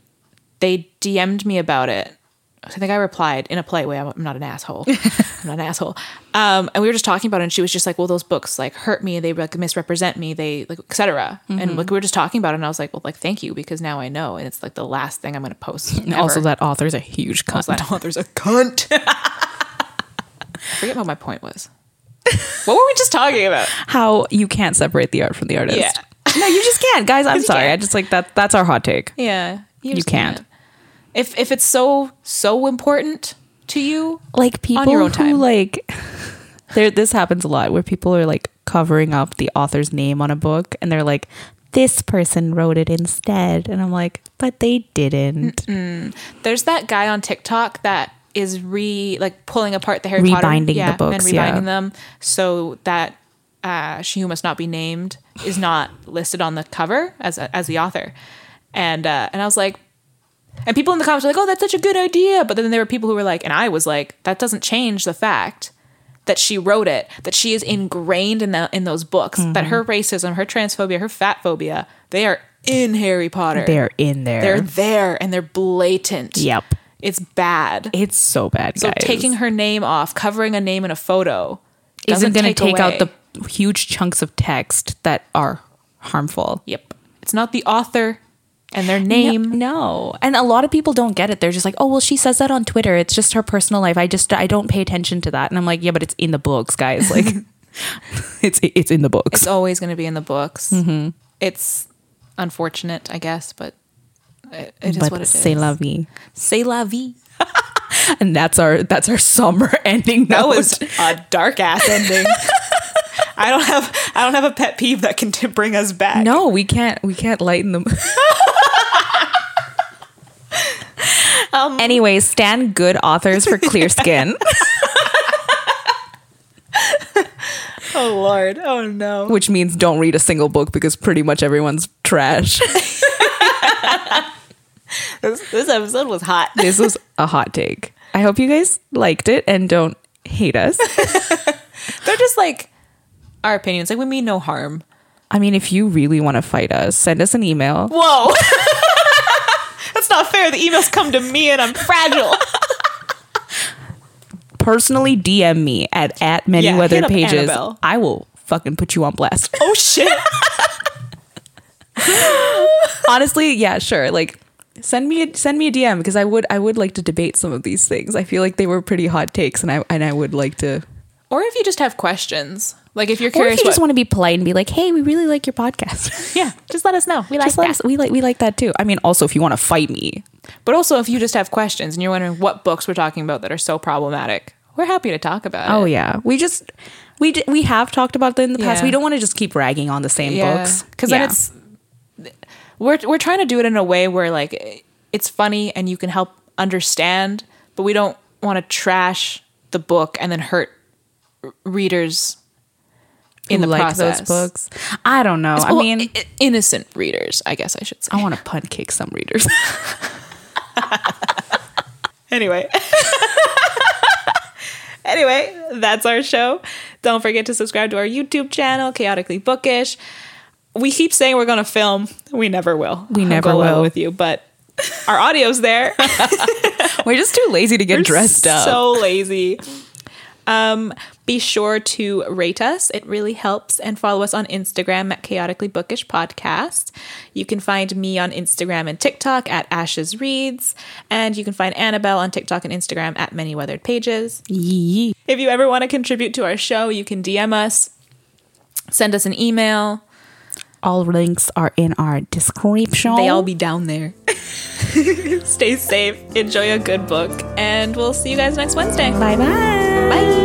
Speaker 1: they DM'd me about it I think I replied in a polite way. I'm I'm not an asshole. I'm not an asshole. Um, and we were just talking about it, and she was just like, "Well, those books like hurt me. They like misrepresent me. They like etc." And like we were just talking about it, and I was like, "Well, like thank you because now I know." And it's like the last thing I'm going to post.
Speaker 2: Also,
Speaker 1: ever.
Speaker 2: that author's a huge cunt.
Speaker 1: Also, that author's a cunt. I forget what my point was. What were we just talking about?
Speaker 2: How you can't separate the art from the artist.
Speaker 1: Yeah.
Speaker 2: No, you just can't, guys. I'm
Speaker 1: you
Speaker 2: sorry.
Speaker 1: can't.
Speaker 2: I just like that. That's our hot take.
Speaker 1: Yeah,
Speaker 2: You
Speaker 1: just
Speaker 2: can't.
Speaker 1: If if it's so so important to you,
Speaker 2: like people
Speaker 1: your own
Speaker 2: who
Speaker 1: time.
Speaker 2: like there this happens a lot where people are like covering up the author's name on a book and they're like this person wrote it instead and i'm like but they didn't
Speaker 1: there's that guy on TikTok that is re like pulling apart the Harry Potter
Speaker 2: Rebinding the books,
Speaker 1: and rebinding
Speaker 2: yeah.
Speaker 1: them so that uh, she who must not be named is not listed on the cover as as the author, and uh, and I was like. And people in the comments were like, "Oh, that's such a good idea," but then there were people who were like, and I was like, "That doesn't change the fact that she wrote it, that she is ingrained in the in those books,
Speaker 2: Mm-hmm.
Speaker 1: that her racism, her transphobia, her fat phobia, they are in Harry Potter.
Speaker 2: they're in there
Speaker 1: They're there and they're blatant.
Speaker 2: Yep.
Speaker 1: It's bad.
Speaker 2: it's so bad
Speaker 1: so
Speaker 2: guys.
Speaker 1: taking her name off, covering a name in a photo
Speaker 2: isn't
Speaker 1: going to
Speaker 2: take out the huge chunks of text that are harmful
Speaker 1: Yep. It's not the author and their name.
Speaker 2: No, and a lot of people don't get it. They're just like, "Oh, well, she says that on Twitter. It's just her personal life. I just I don't pay attention to that." And I'm like, "Yeah, but it's in the books, guys. Like, it's it's in the books.
Speaker 1: It's always going to be in the books.
Speaker 2: Mm-hmm.
Speaker 1: It's unfortunate, I guess, but it, it is
Speaker 2: but
Speaker 1: what it is.
Speaker 2: say la vie.
Speaker 1: C'est la vie.
Speaker 2: And that's our that's our summer ending.
Speaker 1: That
Speaker 2: note.
Speaker 1: was a dark ass ending. I don't have I don't have a pet peeve that can t- bring us back.
Speaker 2: no, we can't we can't lighten them. um, anyway, stand good authors for clear skin,
Speaker 1: Oh lord. Oh no.
Speaker 2: which means don't read a single book because pretty much everyone's trash.
Speaker 1: This, this episode was hot.
Speaker 2: this was a hot take. I hope you guys liked it and don't hate us.
Speaker 1: They're just like our opinions. Like we mean no harm.
Speaker 2: I mean, if you really want to fight us, send us an email.
Speaker 1: Whoa. That's not fair. The emails come to me and I'm fragile.
Speaker 2: Personally DM me at, at many
Speaker 1: Yeah,
Speaker 2: weather
Speaker 1: hit up
Speaker 2: pages.
Speaker 1: Annabelle.
Speaker 2: I will fucking put you on blast.
Speaker 1: oh shit.
Speaker 2: Honestly, yeah, sure. Like send me a send me a DM because I would I would like to debate some of these things. I feel like they were pretty hot takes and I and I would like to
Speaker 1: Or if you just have questions. Like if you're
Speaker 2: Or
Speaker 1: curious
Speaker 2: if you just
Speaker 1: what-
Speaker 2: want to be polite and be like, "Hey, we really like your podcast."
Speaker 1: yeah, just let us know. We like
Speaker 2: Just let us- we like we like that too. I mean, also if you want to fight me,
Speaker 1: But also if you just have questions and you're wondering what books we're talking about that are so problematic, we're happy to talk about
Speaker 2: Oh
Speaker 1: it.
Speaker 2: yeah, we just we d- we have talked about that in the past.
Speaker 1: Yeah.
Speaker 2: We don't want to just keep ragging on the same books
Speaker 1: Cuz
Speaker 2: Yeah.
Speaker 1: then it's
Speaker 2: Oh.
Speaker 1: we're we're trying to do it in a way where like it's funny and you can help understand, but we don't want to trash the book and then hurt r- readers in
Speaker 2: Who
Speaker 1: the
Speaker 2: like
Speaker 1: process.
Speaker 2: those books. I don't know. I
Speaker 1: Well,
Speaker 2: mean,
Speaker 1: i- innocent readers, I guess I should say.
Speaker 2: I want to punt kick some readers.
Speaker 1: Anyway. anyway, that's our show. Don't forget to subscribe to our YouTube channel, Chaotically Bookish. We keep saying we're going to film. We never will.
Speaker 2: We
Speaker 1: I'll
Speaker 2: never
Speaker 1: go out
Speaker 2: will.
Speaker 1: with you, but our audio's there.
Speaker 2: We're just too lazy to get dressed up.
Speaker 1: So lazy. Um, be sure to rate us. It really helps. And follow us on Instagram at Chaotically Bookish Podcast. You can find me on Instagram and TikTok at Ashes Reads. And you can find Annabelle on TikTok and Instagram at Many Weathered Pages.
Speaker 2: Yee.
Speaker 1: If you ever want to contribute to our show, you can DM us, send us an email.
Speaker 2: All links are in our description.
Speaker 1: They all be down there. Stay safe, enjoy a good book, and we'll see you guys next Wednesday.
Speaker 2: bye bye.
Speaker 1: Bye.